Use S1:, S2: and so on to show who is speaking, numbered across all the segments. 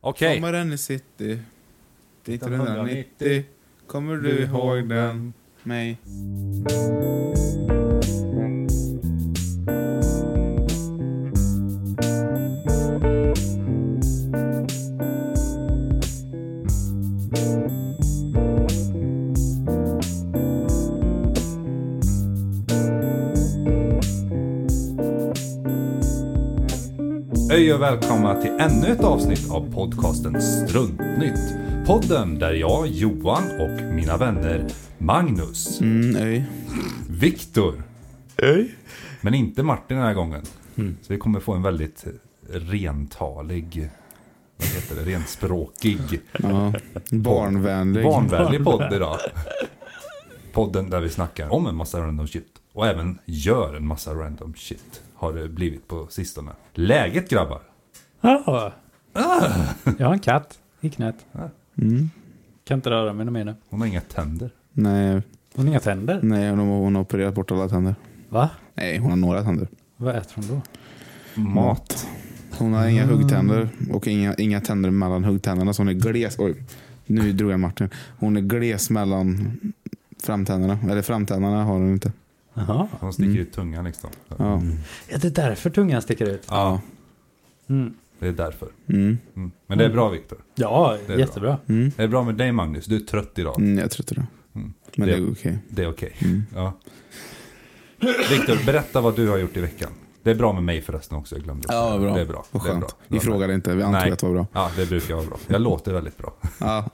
S1: Okej.
S2: Sommaren i city. 1990.
S3: 1990.
S2: Kommer du ihåg den? Mig.
S1: Hej och välkomna till ännu ett avsnitt av podcasten Struntnytt. Podden där jag, Johan och mina vänner Magnus,
S2: Mm, öj.
S1: Viktor, men inte Martin den här gången. Så vi kommer få en väldigt rentalig, vad heter det, renspråkig,
S2: Ja. Barnvänlig.
S1: barnvänlig podd idag. Podden där vi snackar om en massa random shit och även gör en massa random shit har det blivit på sistone. Läget grabbar?
S3: Ah. Jag har en katt i knät.
S1: Ah.
S2: Mm.
S3: Kan inte röra mig något mer nu.
S1: Hon har inga tänder.
S2: Nej,
S3: Hon har inga
S1: Mm.
S3: tänder.
S2: nej hon, har, hon har opererat bort alla tänder.
S3: Va?
S2: Nej, hon har några tänder.
S3: Vad äter hon då?
S2: Mat. Hon har inga huggtänder och inga, inga tänder mellan huggtänderna. Så hon är gles. Oj, nu drog jag Martin. Hon är gles mellan framtänderna. Eller framtänderna har hon inte.
S3: Jaha.
S1: Hon sticker
S2: Mm.
S1: ut tungan liksom.
S2: Ja.
S3: Är det därför tungan sticker ut?
S1: Ja,
S3: Mm.
S1: det är därför.
S2: Mm.
S1: Mm. Men det är bra Viktor.
S3: Ja,
S1: bra.
S3: jättebra. Eh,
S2: Mm.
S1: Det är bra med dig Magnus, du är trött idag.
S2: Mm, jag tror inte det.
S1: Mm.
S2: Men
S1: Det-
S2: det, är okej.
S1: Det är okej.
S2: Mm.
S1: Ja. Viktor, berätta vad du har gjort i veckan. Det är bra med mig förresten också, jag glömde.
S2: Ja,
S1: säga.
S2: bra.
S1: Det är bra.
S2: Vad
S1: Det är
S2: skönt.
S1: bra.
S2: Vi frågade inte, vi antog
S1: Nej.
S2: att det var bra.
S1: Ja, det brukar vara bra. Jag låter väldigt bra.
S2: Ja.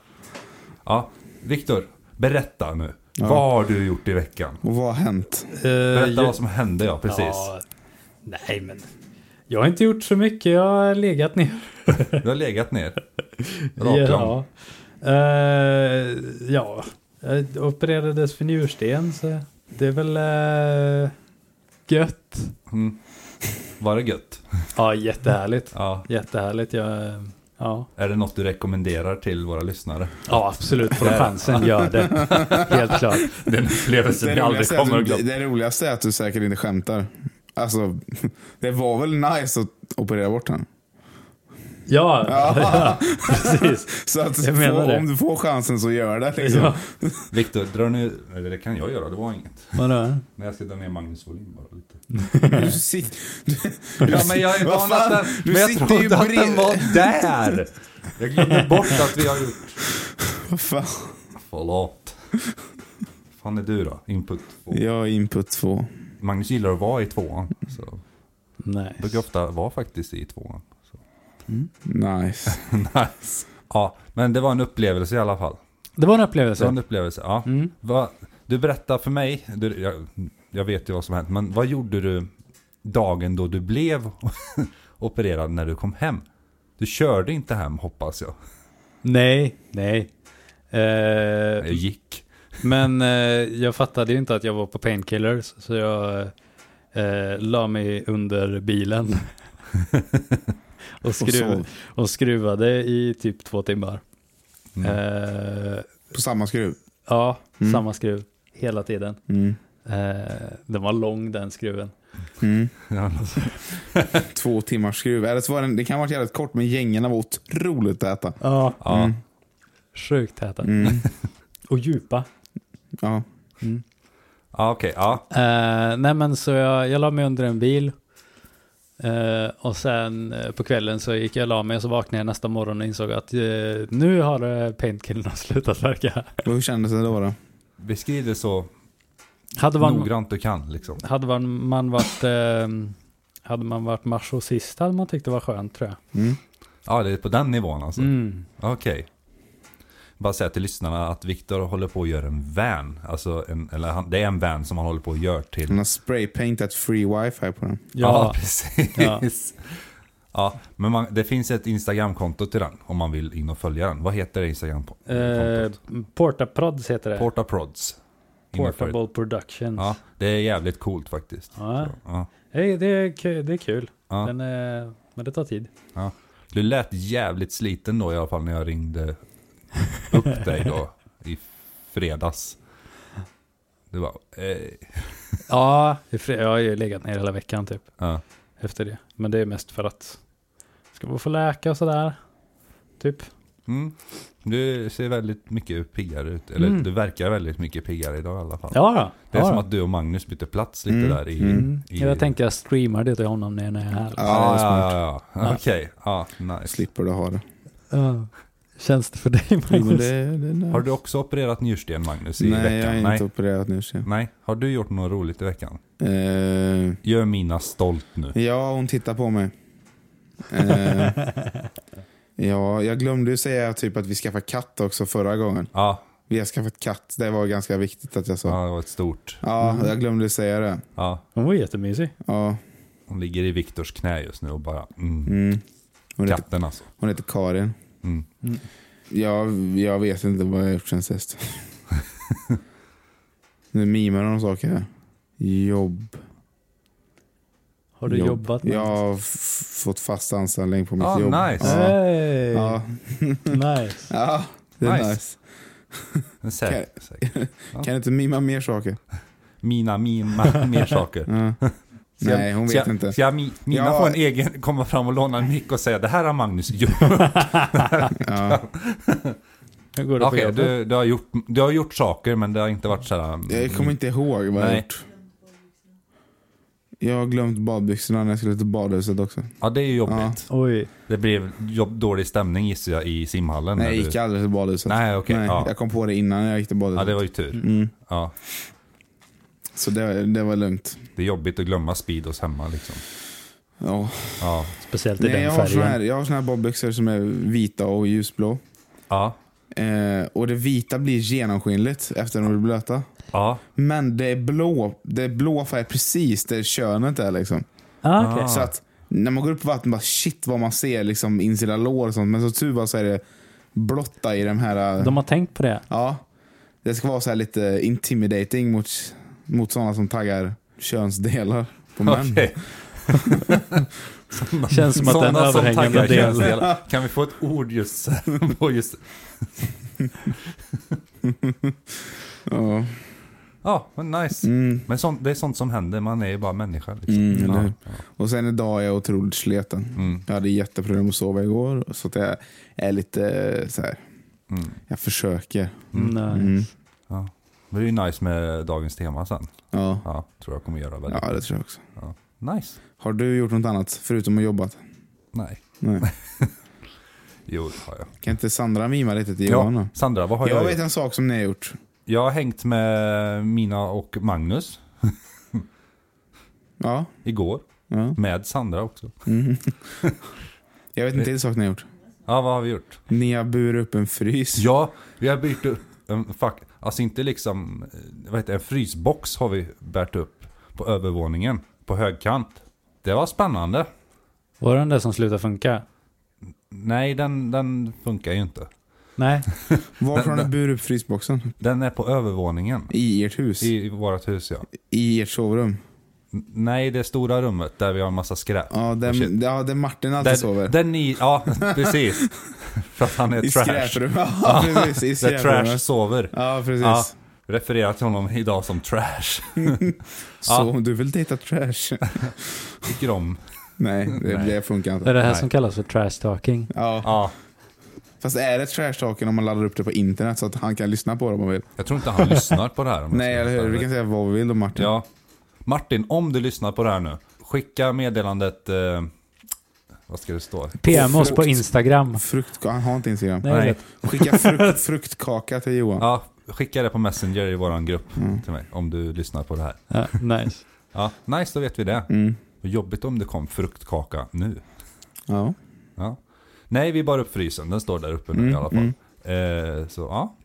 S1: Ja, Viktor, berätta nu.
S2: Ja.
S1: Vad har du gjort i veckan?
S2: Och vad har hänt?
S3: Eh,
S1: Berätta
S3: ju-
S1: vad som hände, ja precis.
S3: Ja. Nej, men. Jag har inte gjort så mycket. Jag har legat ner.
S1: Du har legat ner. Raklång.
S3: Ja. Eh, ja. Jag opererades för njursten så det är väl eh, gött.
S1: Mm. Var det gött?
S3: Ja, jättehärligt.
S1: Ja.
S3: Jättehärligt. Jag, eh, ja.
S1: Är det något du rekommenderar till våra lyssnare?
S3: ja, absolut. Får du chansen, gör det. Helt klart.
S1: Den upplevelsen jag aldrig
S2: roligaste är att
S1: kommer att
S2: du-
S1: glömma.
S2: det roligaste är att du säkert inte skämtar. Alltså, det var väl nice att operera bort den?
S3: Ja,
S2: Ja.
S3: precis.
S2: Så att
S3: Jag menar
S2: få,
S3: det.
S2: om du får chansen så gör det. Liksom.
S3: Ja.
S1: Viktor, dra nu... Eller det kan jag göra, det var inget.
S3: Vadå?
S1: Men jag ska dra ner Magnus volym bara lite.
S2: Du sit- du-
S1: Ja, men jag är
S2: Vad
S1: van
S2: fan,
S1: att den...
S2: du
S1: Men jag
S2: sitter
S1: trodde
S2: ju
S1: att
S2: bred-
S1: den var där! Jag glömde bort att vi har gjort...
S2: Vad fan?
S1: Förlåt. fan är du då? Input två.
S2: Jag är input två.
S1: Magnus gillar att vara i tvåan. Så
S3: Nej.
S1: brukar ofta vara faktiskt i tvåan. Så.
S2: Nice.
S1: nice. Ja, men det var en upplevelse i alla fall.
S3: Det var en
S1: Det var en
S3: upplevelse.
S1: upplevelse, ja.
S3: Mm.
S1: Va, du berättar för mig, du, jag, jag vet ju vad som hänt, men vad gjorde du dagen då du blev opererad när du kom hem? Du körde inte hem hoppas jag.
S3: Eh, Nej, nej. Eh,
S1: Jag gick.
S3: Men eh, jag fattade ju inte att jag var på painkillers, så jag eh, la mig under bilen. och,
S2: Och
S3: skruv,
S2: sov
S3: och, skruvade i typ två timmar.
S1: Mm.
S3: Eh,
S2: på samma skruv.
S3: ja,
S2: Mm.
S3: samma skruv hela tiden.
S2: Mm.
S3: Eh, den var lång den skruven.
S2: Mm.
S1: Ja, alltså.
S2: Två timmars skruv. Eller så var den, det kan ha varit jävligt kort, men gängarna var otroligt täta.
S3: Ja,
S1: ja.
S2: Mm.
S3: sjukt täta.
S2: Mm.
S3: Och djupa.
S2: Ja.
S1: ja okej. Ja.
S3: Eh, nej men så jag, jag la mig under en bil. Eh, och sen eh, på kvällen så gick jag och la mig och så vaknade jag nästa morgon och insåg att eh, nu har eh, painkillerna slutat verka.
S2: Och Hur kändes det då? då?
S1: Beskriv det så
S3: Hade man,
S1: noggrant du kan liksom.
S3: hade man, man varit, eh, hade man varit marsosist hade man tyckt det var skönt tror jag.
S2: Mm.
S1: Ja, det är på den nivån alltså.
S3: Mm.
S1: Okej. Bara säga till lyssnarna att Viktor håller på att göra en van. Alltså en, eller han, det är en van som han håller på att göra till
S2: Den har spraypaintat free wifi på den.
S1: Ja,
S3: Ja,
S1: precis. Ja. men man, det finns ett Instagramkonto till den om man vill in och följa den. Vad heter det Instagramkontot?
S3: eh, Portaprods heter det.
S1: Porta Prods. In och följ.
S3: Portable Productions.
S1: Ja, det är jävligt coolt faktiskt.
S3: Ja.
S1: Så, ja.
S3: Hej, det, är, ku- det är kul,
S1: Ja.
S3: Den är, men det tar tid.
S1: Du lät jävligt sliten då i alla fall när jag ringde upp dig då i fredags. Det var... Eh,
S3: Ja, i fre- jag har ju legat ner hela veckan typ.
S1: ja.
S3: efter det. Men det är mest för att ska man få läka och sådär. typ.
S1: Mm. Du ser väldigt mycket piggare ut. Eller
S3: Mm.
S1: du verkar väldigt mycket piggare idag i alla fall.
S3: Ja, då.
S1: Det är
S3: ja,
S1: som
S3: då.
S1: att du och Magnus bytte plats lite
S2: Mm.
S1: där i...
S2: Mm.
S1: i
S3: Jag tänker jag streamar det till honom när jag är här.
S2: Ja,
S1: Ja,
S2: det är
S1: ja,
S2: smart.
S1: ja, ja.
S3: Ja.
S1: Okej, ja, nice.
S2: Slipper du ha det.
S3: Ja. Känns det för dig
S2: Jo, men
S3: Magnus?
S2: det, det är nice.
S1: Har du också opererat njursten Magnus i
S2: Nej, jag
S1: veckan?
S2: har
S1: Nej,
S2: inte opererat nu. Så.
S1: Nej, har du gjort något roligt i veckan?
S2: Eh,
S1: Gör mina stolt nu.
S2: ja, hon tittar på mig. Eh, ja, jag glömde ju säga typ att vi skaffade katt också förra gången.
S1: Ja,
S2: Vi har skaffat katt. Det var ganska viktigt att jag sa. Ja,
S1: ja det var ett stort.
S2: jag glömde säga det.
S1: Ja,
S3: Hon var jättemysig.
S2: Ja,
S1: hon ligger i Viktors knä just nu och bara... Mm.
S2: mm. hon, heter,
S1: Katten alltså.
S2: hon heter Karin.
S1: Mm.
S2: Ja, jag vet inte vad jag har gjort sen sist. nu mimar de saker här. Jobb.
S3: Har du
S2: Jobb.
S3: jobbat med
S2: Jag har f- fått fast anställning på mitt
S1: Ah,
S2: jobb.
S1: nice.
S2: Ja.
S3: Hey.
S2: Ja.
S3: Nice.
S2: ja, det är
S1: Nice.
S2: nice.
S1: Men säkert, säkert.
S2: Kan du inte mima mer saker?
S1: Mina, mina, mer saker.
S2: Ja.
S1: Ska jag-
S2: Nej, hon
S1: ska
S2: vet
S1: jag,
S2: inte.
S1: Ska jag, mi- mina
S2: Ja.
S1: få en egen, komma fram och låna en mick och säga det här har Magnus gjort.
S2: Ja.
S3: Hur går det
S1: Okej,
S3: på jobbet?
S1: du, du, har gjort- du har gjort saker men det har inte varit så här... mm,
S2: Jag kommer inte ihåg vad jag har
S1: Nej.
S2: gjort. Jag har glömt badbyxorna när jag skulle till badhuset också.
S1: Ja, det är ju jobbigt.
S2: Ja.
S3: Oj.
S1: Det blev jobb, dålig stämning gissar jag i simhallen.
S2: Nej,
S1: när
S2: jag gick aldrig till badhuset.
S1: Nej, okej.
S2: Nej,
S1: ja.
S2: Jag kom på det innan jag gick till badhuset.
S1: ja, det var ju tur.
S2: mm.
S1: Ja,
S2: Så det, det var lugnt.
S1: det är jobbigt att glömma Speedos hemma liksom.
S2: Ja.
S1: Ja,
S3: Speciellt i
S2: Nej,
S3: den
S2: jag, har
S3: färgen.
S2: såna här, jag har såna här badbyxor som är vita och ljusblå.
S1: ja,
S2: Eh, och det vita blir genomskinligt efter de blir blöta.
S1: ja.
S2: Men det är blå, det är blå färg precis där könet är liksom.
S3: Ah, okej.
S1: Ah.
S2: Så att när man går upp på vatten, bara shit vad man ser liksom insida lår och sånt. Men så tur var så är det blotta i de här...
S3: De har tänkt på det.
S2: Ja. Det ska vara så här lite intimidating mot, mot sådana som taggar könsdelar på män.
S1: Okej.
S3: Känns som att den
S1: Sådana som
S3: överhängande
S1: taggar
S3: delen.
S1: könsdelar. Kan vi få ett ord just på just...
S2: Ja.
S1: Ja, men nice.
S2: Mm.
S1: Men sånt, det är sånt som händer, man är ju bara människa liksom.
S2: Mm, eller
S1: ja,
S2: hur? Och sen idag är jag otroligt sleten.
S1: ja. Mm,
S2: Jag hade jätteproblem att sova igår. Så att jag är lite så här.
S1: mm.
S2: Jag försöker.
S3: Nice.
S2: Mm.
S1: Det är ju nice med dagens tema sen.
S2: Ja.
S1: Ja, tror jag kommer göra väldigt
S2: ja, det tror jag också.
S1: nice.
S2: Har du gjort något annat förutom att jobba?
S1: Nej,
S2: Nej.
S1: jo det har jag.
S2: Kan inte Sandra mima lite till Johan?
S1: Ja,
S2: då?
S1: Sandra, vad har jag
S2: Jag
S1: gjort?
S2: vet en sak som ni har gjort.
S1: Jag har hängt med Mina och Magnus
S2: Ja.
S1: igår.
S2: ja.
S1: Med Sandra också.
S2: Mm. Jag vet inte en sak ni har gjort.
S1: Ja, vad har vi gjort?
S2: Ni har burit upp en frys.
S1: Ja, vi har bytt upp en fack. Alltså inte liksom, eh, vad heter det, en frysbox har vi bärt upp på övervåningen. På högkant. Det var spännande.
S3: Var det den där som slutade funka?
S1: Nej, den, den funkar ju inte.
S3: Nej.
S2: Varför har ni
S1: Men-
S2: burit upp frysboxen?
S1: Den är på övervåningen.
S2: I ert hus? I,
S1: I vårt hus ja.
S2: ert sovrum?
S1: N- Nej, det stora rummet där vi har en massa skräp.
S2: Ja, där,
S1: Och shit.
S2: ja, där Martin alltid sover.
S1: Där, där ni, ja precis. För att han är
S2: I
S1: trash.
S2: skräprummet. Ja, precis. I
S1: Där trash
S2: skräprummet.
S1: sover.
S2: Ja, precis.
S1: Ja. Refererar till honom idag som trash.
S2: Så
S1: Ja.
S2: om du vill dejta trash?
S1: Tycker om.
S2: Nej, det,
S1: Nej.
S2: det funkar
S3: Det är
S2: inte.
S3: det här
S1: Nej.
S3: som kallas för trash talking.
S2: Ja.
S1: Ja,
S2: Fast är det trash talking om man laddar upp det på internet så att han kan lyssna på det om han vill?
S1: jag tror inte han lyssnar på det här. om jag
S2: Nej,
S1: ska
S2: eller
S1: vara
S2: hur? Vi
S1: ärlig.
S2: kan säga vad vi vill om Martin.
S1: Ja. Martin, om du lyssnar på det här nu. Skicka meddelandet... Eh, vad ska det stå?
S3: PM oss på
S2: Frukt.
S3: Instagram.
S2: Frukt, han har inte Instagram.
S3: Nej,
S1: Nej.
S3: rätt.
S2: Skicka frukt, fruktkaka till Johan.
S1: Ja, skicka det på Messenger i våran grupp
S2: Mm.
S1: till mig. Om du lyssnar på det här.
S3: Ja, nice.
S1: Ja, nice, då vet vi det.
S2: Mm.
S1: Och jobbigt om det kom fruktkaka nu.
S2: Ja.
S1: Ja. Nej, vi bar upp frysen. Den står där uppe nu
S2: Mm,
S1: i alla fall. Eh, så ja.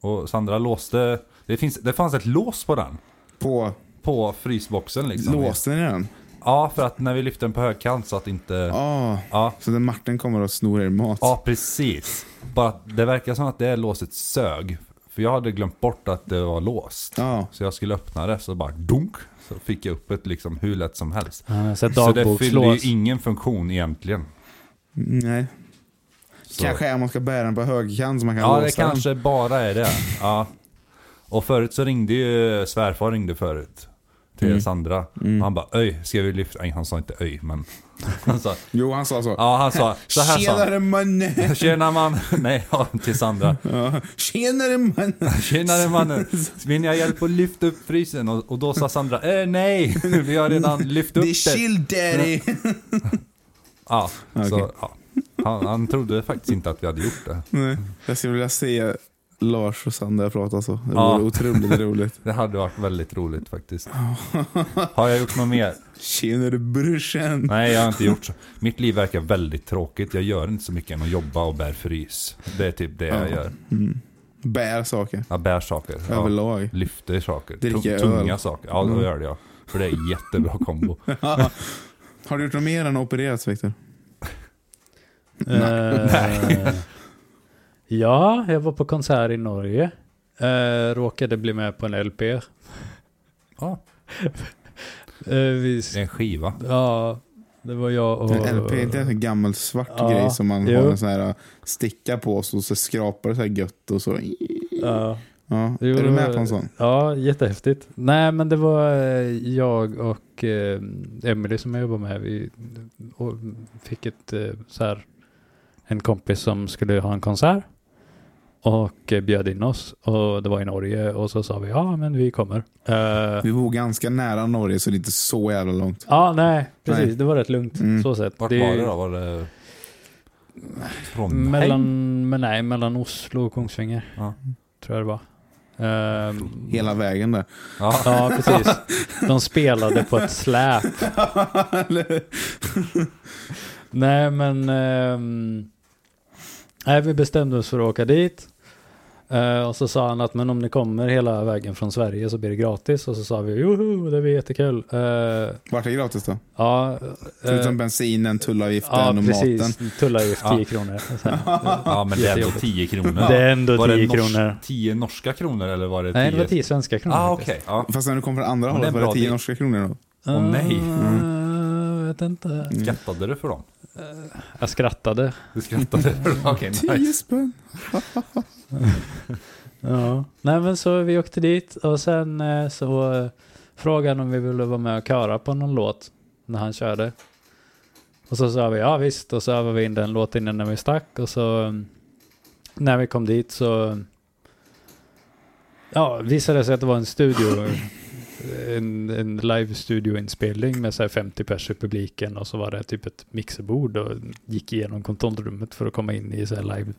S1: Och Sandra låste... Det, finns, det fanns ett lås på den.
S2: På
S1: På frysboxen liksom.
S2: låste ni den?
S1: Ja, för att när vi lyfte den på högkant så att inte...
S2: Ja.
S1: Ja,
S2: Så när Martin kommer och snor er mat.
S1: ja precis. Bara att det verkar som att det låset sög. För jag hade glömt bort att det var låst.
S2: Ja.
S1: Så jag skulle öppna det, så bara dunk. Så fick jag upp ett liksom hur lätt som helst.
S3: Ja, Så ett
S1: Så det fyllde
S3: dagbokslås.
S1: ju ingen funktion egentligen.
S2: Nej.
S1: Så.
S2: Kanske är man ska bära den på högerkant så man kan
S1: Ja,
S2: låsa
S1: det kanske bara är det. Ja. Och förut så ringde ju svärfar ringde förut. Till
S2: Mm.
S1: Sandra. Och han bara öj, ska vi lyfta? Nej, han sa inte öj, men Han sa,
S2: Jo, han sa så.
S1: ja, han sa, så här sa han.
S2: Tjenare mannen!
S1: Tjena man. Nej, ja, till Sandra.
S2: Ja. Tjenare mannen!
S1: Tjenare mannen. Vill ni ha hjälp att lyfta upp frysen? Och, och då sa Sandra, eh, nej, vi har redan lyft
S2: Det är
S1: upp det.
S2: chill daddy!
S1: Ja, så,
S2: Okej.
S1: ja. Han, han trodde faktiskt inte att vi hade gjort det.
S2: Nej, jag skulle vilja se Lars och Sandra prata så. Det
S1: Ja.
S2: vore otroligt roligt.
S1: Det hade varit väldigt roligt faktiskt. Har jag gjort något mer?
S2: Tjenare brorsan!
S1: Nej, jag har inte gjort så. Mitt liv verkar väldigt tråkigt. Jag gör inte så mycket än att jobba och bär frys. Det är typ det jag
S2: Ja.
S1: gör.
S2: Mm. Bär saker.
S1: Jag bär saker. Ja.
S2: Överlag.
S1: Lyfter saker.
S2: Dricker
S1: Tung- tunga
S2: öl.
S1: saker. Ja, då
S2: Mm.
S1: gör det jag. För det är en jättebra kombo.
S2: Har du gjort något mer än opererats Viktor?
S3: Eh, ja, jag var på konsert i Norge. Eh, råkade bli med på en LP. Eh,
S1: Ja,
S3: vi,
S1: det är en skiva.
S3: ja, det var jag och...
S2: En LP, inte en gammal svart
S3: Ja,
S2: grej som man
S3: jo.
S2: har en sån här äh, sticka på så, så skrapar det så här gött och så.
S3: Ja.
S2: Ja.
S3: Jo,
S2: är
S3: det
S2: du med
S3: var-
S2: på en sån?
S3: Ja, jättehäftigt. Nej, men det var eh, jag och eh, Emily som jag jobbar med. Vi och fick ett, eh, så här, en kompis som skulle ha en konsert och eh, bjöd in oss och det var i Norge och så sa vi ja, men vi kommer. Eh,
S1: Mm.
S2: Vi bor ganska nära Norge så det är inte så jävla långt.
S3: Ja, nej, precis.
S2: Nej.
S3: Det var rätt lugnt.
S2: Mm.
S3: Så sett.
S1: Vart
S3: Det-
S1: var det då? Var det... Trondheim?
S3: Mellan, men nej, mellan Oslo och Kungsvinger.
S1: Ja.
S3: Tror jag det var. Ehm,
S1: Mm.
S2: Hela vägen där.
S1: Ja.
S3: Ja, precis. De spelade på ett släp.
S2: Eller-
S3: Nej, men... ehm, nej, vi bestämde oss för att åka dit. Eh, och så sa han att men om ni kommer hela vägen från Sverige så blir det gratis. Och så sa vi joho, det blir jättekul. Eh,
S2: Vart är det gratis då?
S3: ja,
S2: Förutom
S3: eh,
S2: bensinen, tullavgiften
S3: ja,
S2: och maten.
S3: precis. Tullavgift
S1: Ja.
S3: 10 kronor. Så här.
S1: ja, men det är ändå
S3: Jättejobbigt.
S1: 10 kronor.
S3: Det är ändå
S1: Var
S3: 10
S1: nors-
S3: kronor.
S1: 10 norska kronor eller var det 10?
S3: Nej, det var 10 svenska kronor.
S1: Ah,
S3: faktiskt.
S1: okej. Ja.
S2: Fast när du kom från andra
S1: Men det är
S2: hållet var
S1: bra
S2: det 10
S1: dit.
S2: norska kronor då?
S1: Åh, nej. Mm.
S3: Eh, vet inte.
S1: Skrattade du för dem?
S3: Jag skrattade.
S1: Du skrattade för dem? Okej, nice.
S2: 10 spänn.
S3: Ja. Nej men så vi åkte dit och sen eh, så eh, frågade han om vi ville vara med och köra på någon låt när han körde. Och så sa vi ja visst och så övade vi in den låten innan vi stack och så eh, när vi kom dit så eh, ja, visade det sig att det var en studio eh, en, en live studioinspelning med så här 50 pers i publiken och så var det typ ett mixerbord och gick igenom kontrollrummet för att komma in i så här live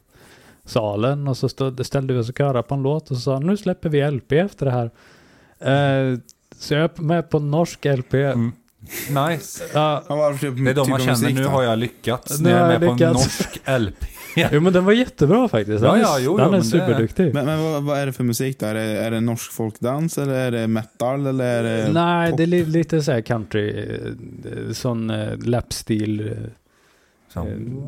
S3: salen och så stod, ställde vi oss och körade på en låt och så sa han, nu släpper vi LP efter det här. Eh, så jag är med på en norsk LP.
S1: Mm. Nice.
S3: Ja,
S2: Ja, varför typ,
S1: Det är de
S2: typ
S1: man
S2: av
S1: känner,
S2: musik
S1: nu
S2: då?
S1: har jag lyckats.
S3: Nu
S1: Nu är jag
S3: har jag
S1: med på en
S3: lyckats.
S1: norsk LP.
S3: jo men den var jättebra faktiskt.
S1: Ja,
S3: Han är,
S1: ja, jo, jo,
S3: han
S1: men
S3: är
S1: det-
S3: superduktig.
S2: Men, men vad, vad är det för musik då? Är det, är det norsk folkdans eller är det metal eller är det...
S3: Nej,
S2: pop.
S3: det är li, lite så här country, eh, sån eh, lapstil. eh,
S1: Så.
S3: Mm.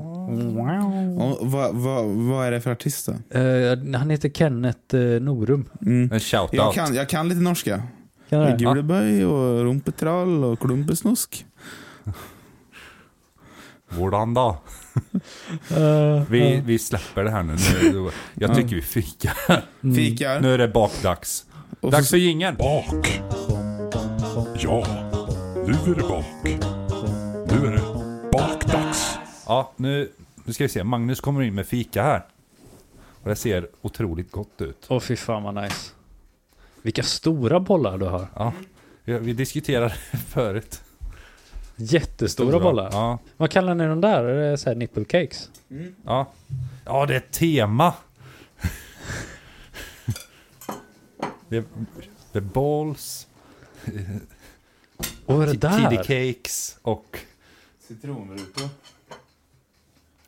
S2: Och vad, vad, vad är det för artist då?
S3: Eh, han heter Kenneth eh, Norum.
S2: Mm.
S1: En shout-out.
S2: Jag kan, jag kan lite norska.
S3: Kan du det?
S2: Gulebøy och rumpetrall och klumpesnusk.
S1: Hvordan då?
S3: Eh,
S1: Vi,
S3: ja.
S1: vi släpper det här nu. nu. Jag tycker vi fikar.
S3: Mm.
S2: Fikar.
S1: Nu är det bakdags.
S2: Och
S1: Dags
S2: så,
S1: för jingeln.
S4: Bak. Ja, nu är det bak. Nu är det bakdags.
S1: Ja, nu, nu ska vi se. Magnus kommer in med fika här. Och det ser otroligt gott ut.
S3: Åh fy fan vad nice. Vilka stora bollar du har.
S1: Ja, vi, vi diskuterade förut.
S3: Jättestora bollar.
S1: Ja,
S3: Vad kallar ni de där? Är det så här nipple cakes?
S1: ja. ja, det är ett tema. Det är, det är balls,
S3: Och vad är det
S1: tiddy
S3: där?
S1: cakes och...
S2: citronrutor.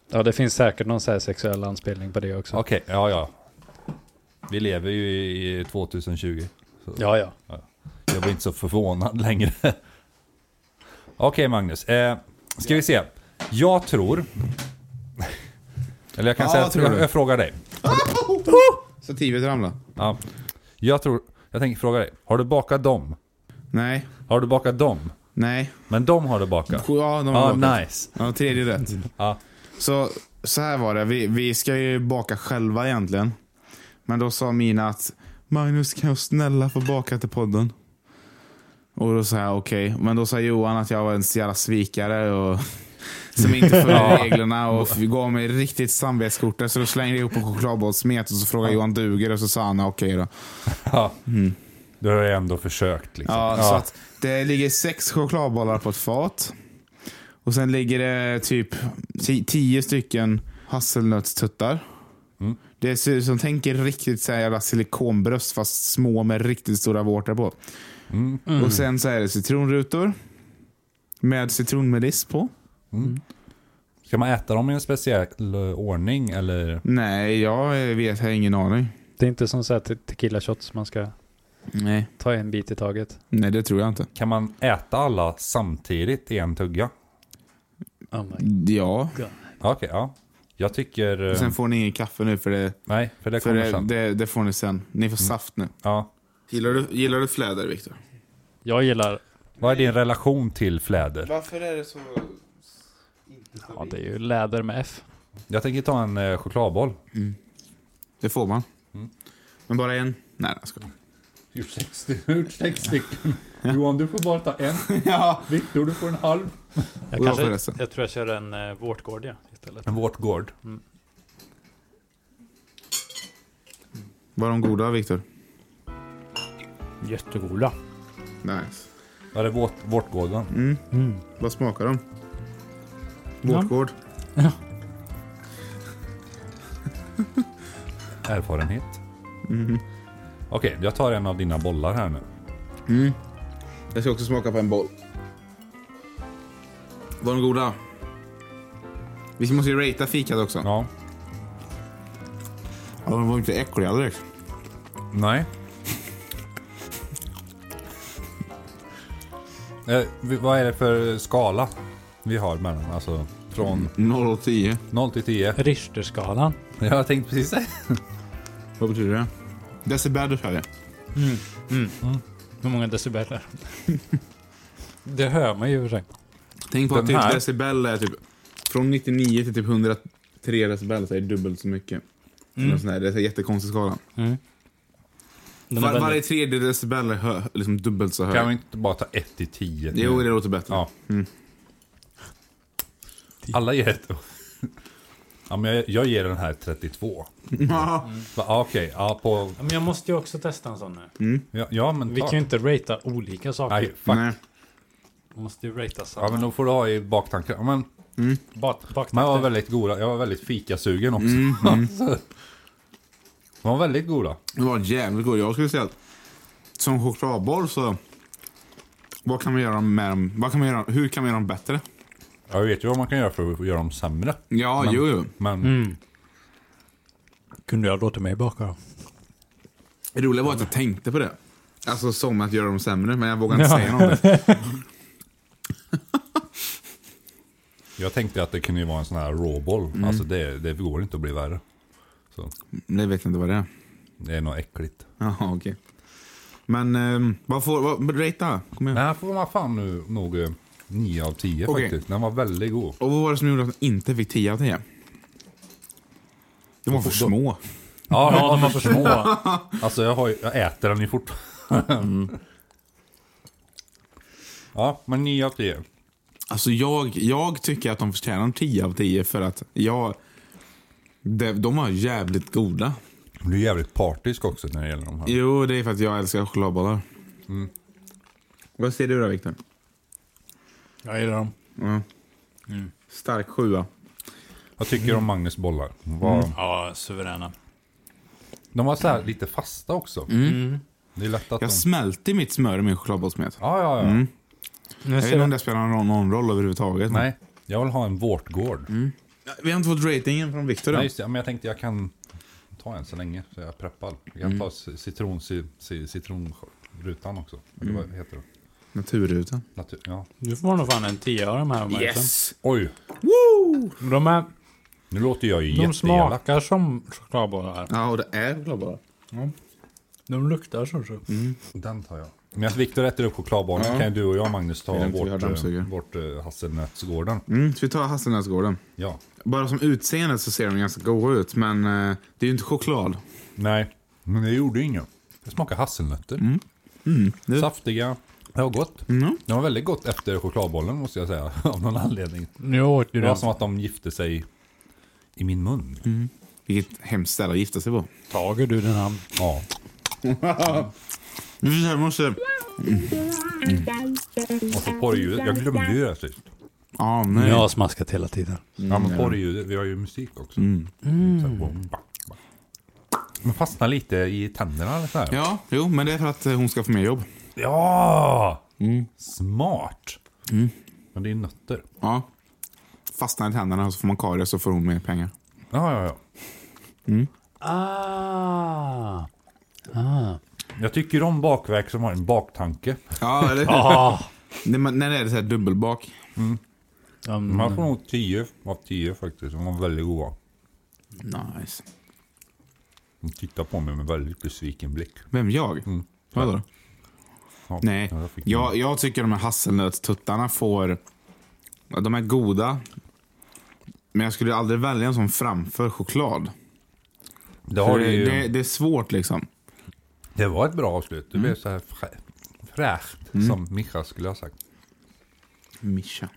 S3: Ja, det finns säkert någon så här sexuell anspelning på det också.
S1: Okej, ja, ja. Vi lever ju i i 2020.
S3: Ja, ja.
S1: Jag blir inte så förvånad längre. Okej Magnus, eh, ska vi se. Jag tror... Eller jag kan
S2: Ja,
S1: säga
S2: vad
S1: att
S2: tror
S1: jag,
S2: du?
S1: jag frågar dig.
S2: Så tivet ramlade.
S1: Ja. Jag tror... Jag tänker fråga dig. Har du bakat dem?
S2: Nej,
S1: Har du bakat dem?
S2: nej.
S1: Men de har du bakat?
S2: Ja, de
S1: Ja,
S2: har bakat.
S1: nice.
S2: Ja, tredje rätt.
S1: Ja.
S2: Så, så här var det. Vi, vi ska ju baka själva egentligen. Men då sa Mina att Magnus kan jag snälla få baka till podden? Och då sa jag okej. Men då sa Johan att jag var en jävla svikare och som inte följde
S1: Ja.
S2: reglerna och f- gav mig riktigt samvetskortet. Så då slängde jag ihop en chokladbollssmet och så frågade Johan duger och så sa han okej då.
S1: Ja. Du har ju ändå försökt liksom.
S2: Mm. Ja, Så att det ligger sex chokladbollar på ett fat. Och sen ligger det typ ti- tio stycken hasselnötstuttar.
S1: Mm.
S2: Det ser ut som, tänk er riktigt så här jävla silikonbröst fast små med riktigt stora vårtor på.
S1: Mm.
S2: Och sen så är det citronrutor. Med citronmeliss på.
S1: Mm. Ska man äta dem i en speciell eh, ordning eller?
S2: Nej, jag eh, vet, jag har ingen aning.
S3: Det är inte som så här te- tequila shots man ska
S2: Nej.
S3: ta en bit i taget.
S2: Nej, det tror jag inte.
S1: Kan man äta alla samtidigt i en tugga?
S3: Oh my
S2: Ja.
S1: Ja, Okej, ja. Jag tycker... eh,
S2: Sen får ni ingen kaffe nu för det,
S1: Nej, för det
S2: för
S1: kommer
S2: det,
S1: sen. Mm.
S2: det, det får ni sen. Ni får saft nu.
S1: Ja.
S2: Gillar du, gillar du fläder, Viktor?
S3: Jag gillar,
S1: Vad är din relation till fläder?
S2: Varför är det så...
S3: ja det är ju läder med F.
S1: Jag tänker ta en eh, chokladboll.
S2: Det får man. Men bara en? Nej, jag skojar.
S1: Gjort sex, stycken. Johan, du får bara ta en.
S2: ja.
S1: Viktor, du får en halv.
S3: Jag,
S2: Och jag
S3: kanske,
S2: får resten.
S3: jag tror jag kör en eh, vårtgårdia istället.
S1: En vårtgård.
S2: Var de goda, Viktor?
S3: Jättegoda.
S2: Nice.
S1: Var det vårt, vårtgården?
S2: Mm.
S3: Mm.
S2: Vad smakar de? Vårtgård.
S1: Erfarenhet.
S2: Mm.
S1: Okej, jag tar en av dina bollar här nu.
S2: Mm. Jag ska också smaka på en boll. Var de goda? Vi måste ju ratea fikat också.
S1: Ja.
S2: Ja, de var inte äckliga direkt.
S1: Nej. Eh, vi- vad är det för skala vi har mellan? Alltså från
S3: Mm.
S2: 0 och 10.
S1: 0 till 10.
S3: Richterskalan.
S1: Jag har tänkt precis det.
S2: Vad betyder det? Decibel sa jag.
S3: Hur många decibeler? det hör man ju i och för sig.
S2: Tänk på
S1: Den
S2: att typ
S1: här.
S2: decibel är typ från 99 till typ 103 decibel så är det dubbelt så mycket. Eller sån här, Det är en jättekonstig skala.
S3: Den
S2: Var,
S3: är väldigt-
S2: varje tredje decibel är hö, liksom dubbelt så hög.
S1: Kan vi inte bara ta 1 till 10?
S2: Jo, det Mm. låter bättre.
S1: Ja. Alla ger ett. Ja, men jag, jag ger den här 32.
S2: Ja.
S1: Va, ja, Okej, ja, på...
S3: Ja, Men jag måste ju också testa en sån nu.
S2: Mm.
S1: Ja, ja men ta.
S3: Vi kan ju inte ratea olika saker.
S1: Nej, fuck.
S2: Nej.
S3: Man måste ju ratea samma.
S1: Ja, men då får du ha i baktanken. Ja, Men
S3: Bak, bak,
S1: man var väldigt goda. Jag var väldigt fikasugen också. Så- De var väldigt goda.
S2: Det var jävligt god. Jag skulle säga att som chokladboll så... Vad kan man göra med dem? Vad kan man göra, hur kan man göra dem bättre?
S1: Jag vet ju vad man kan göra för att göra dem sämre.
S2: Ja,
S1: Men-
S2: jo, jo.
S1: Men
S3: Mm. Kunde jag låtit mig baka då?
S2: Det roliga var att jag tänkte på det. Alltså som att göra dem sämre, men jag vågar inte
S3: Ja.
S2: säga något.
S1: jag tänkte att det kunde ju vara en sån här råboll. Alltså det, det går inte att bli värre. Så
S2: Det vet jag inte vad det är.
S1: det är nog äckligt.
S2: Jaha, okej. Men ehm, vad får... Vad, rata, kom igen.
S1: Den här får man fan nu nog eh, 9 av 10
S2: Okej.
S1: faktiskt. Den var väldigt god.
S2: Och vad var det som gjorde att de inte fick 10 av 10? De var för små.
S1: Ja,
S3: Ja, de var för små.
S1: Alltså jag, har ju, jag äter den ju fortfarande. Ja, men 9 av 10.
S2: Alltså jag, jag tycker att de förtjänar en 10 av 10 för att jag... De, de var jävligt goda.
S1: Du är jävligt partisk också när det gäller de här.
S2: Jo, det är för att jag älskar chokladbollar.
S1: Mm.
S2: Vad säger du då, Viktor?
S3: Jag gillar dem.
S2: Stark sjua.
S1: Vad tycker du om Magnus bollar? Var,
S3: Ja, suveräna.
S1: De var så här lite fasta också. Det är lätt att de...
S2: Mm. Jag Mm. smälte mitt smör i min chokladbollsmet.
S1: Ja, ja, ja.
S3: Nu
S2: Jag vet inte
S3: ser
S2: om
S3: jag,
S2: det spelar någon, någon roll överhuvudtaget.
S1: Nej, jag vill ha en vårtgård.
S2: Mm. Vi har inte fått ratingen från Viktor
S1: Nej,
S2: än.
S1: just det. Ja, Men jag tänkte jag kan ta en så länge så jag är preppad. Jag
S2: Mm.
S1: kan ta ci- citron, ci- ci- citronrutan också. Eller
S2: Mm.
S1: vad heter det?
S2: Naturrutan.
S1: Natur, ja.
S3: du får nog fan en 10 av de här. om jag
S1: Oj,
S3: äter. De, är,
S1: nu låter jag ju
S3: de
S1: jätteelak.
S3: smakar som chokladbollar.
S2: Ja, och det är chokladbollar.
S3: De luktar som så.
S2: Mm.
S1: Den tar jag. Medan Viktor äter upp chokladbollen kan ju du och jag Magnus ta
S2: Vill inte vi
S1: vårt,
S2: ha dammsugare?
S1: eh, vårt eh, hasselnötsgården.
S2: Mm, så vi tar hasselnötsgården.
S1: Ja.
S2: Bara som utseende så ser de ganska goda ut, men eh, det är ju inte choklad.
S1: Nej, men det gjorde inget. Det smakar hasselnötter. Saftiga, Det var gott.
S2: Mm.
S1: Det var väldigt gott efter chokladbollen måste jag säga. Av någon anledning.
S5: Nu åt du
S1: Det var
S5: den.
S1: som att de gifte sig i min mun.
S2: Vilket hemskt ställe att gifta sig på.
S5: Tager du den här?
S1: Ja.
S2: Jag måste...
S1: Mm. Och så porrljudet. Jag glömde ju det sist.
S2: Ja,
S3: Nu
S2: nej.
S3: har jag smaskat hela tiden.
S1: Ja men porrljudet. Vi har ju musik också. Mm. Så här, bom, bam, bam. Man fastnar lite i tänderna eller så här.
S2: Ja, jo, men det är för att eh, hon ska få mer jobb.
S1: Ja! Smart. Men det är nötter.
S2: Ja. Fastnar i tänderna och så får man karies så får hon mer pengar.
S1: Ja, ja, ja.
S3: Ah!
S1: Jag tycker om bakverk som har en baktanke.
S2: Ja, eller
S3: ah.
S2: när, man, när det är så här dubbelbak.
S1: De här får
S3: Mm.
S1: nog 10 av 10 faktiskt. De var väldigt goda.
S2: Nice.
S1: De tittar på mig med väldigt besviken blick.
S2: Vem, jag?
S1: Mm.
S2: Vadå?
S1: Ja,
S2: Nej,
S1: jag fick
S2: jag, jag tycker de här hasselnötstuttarna får... De är goda. Men jag skulle aldrig välja en sån framför choklad.
S1: det,
S2: För
S1: har
S2: det,
S1: ju,
S2: det,
S1: det,
S2: det är svårt liksom.
S1: var ett bra avslut. Det
S2: Mm.
S1: blev så här frä, fräscht, som Micha skulle ha sagt.
S2: Mischa.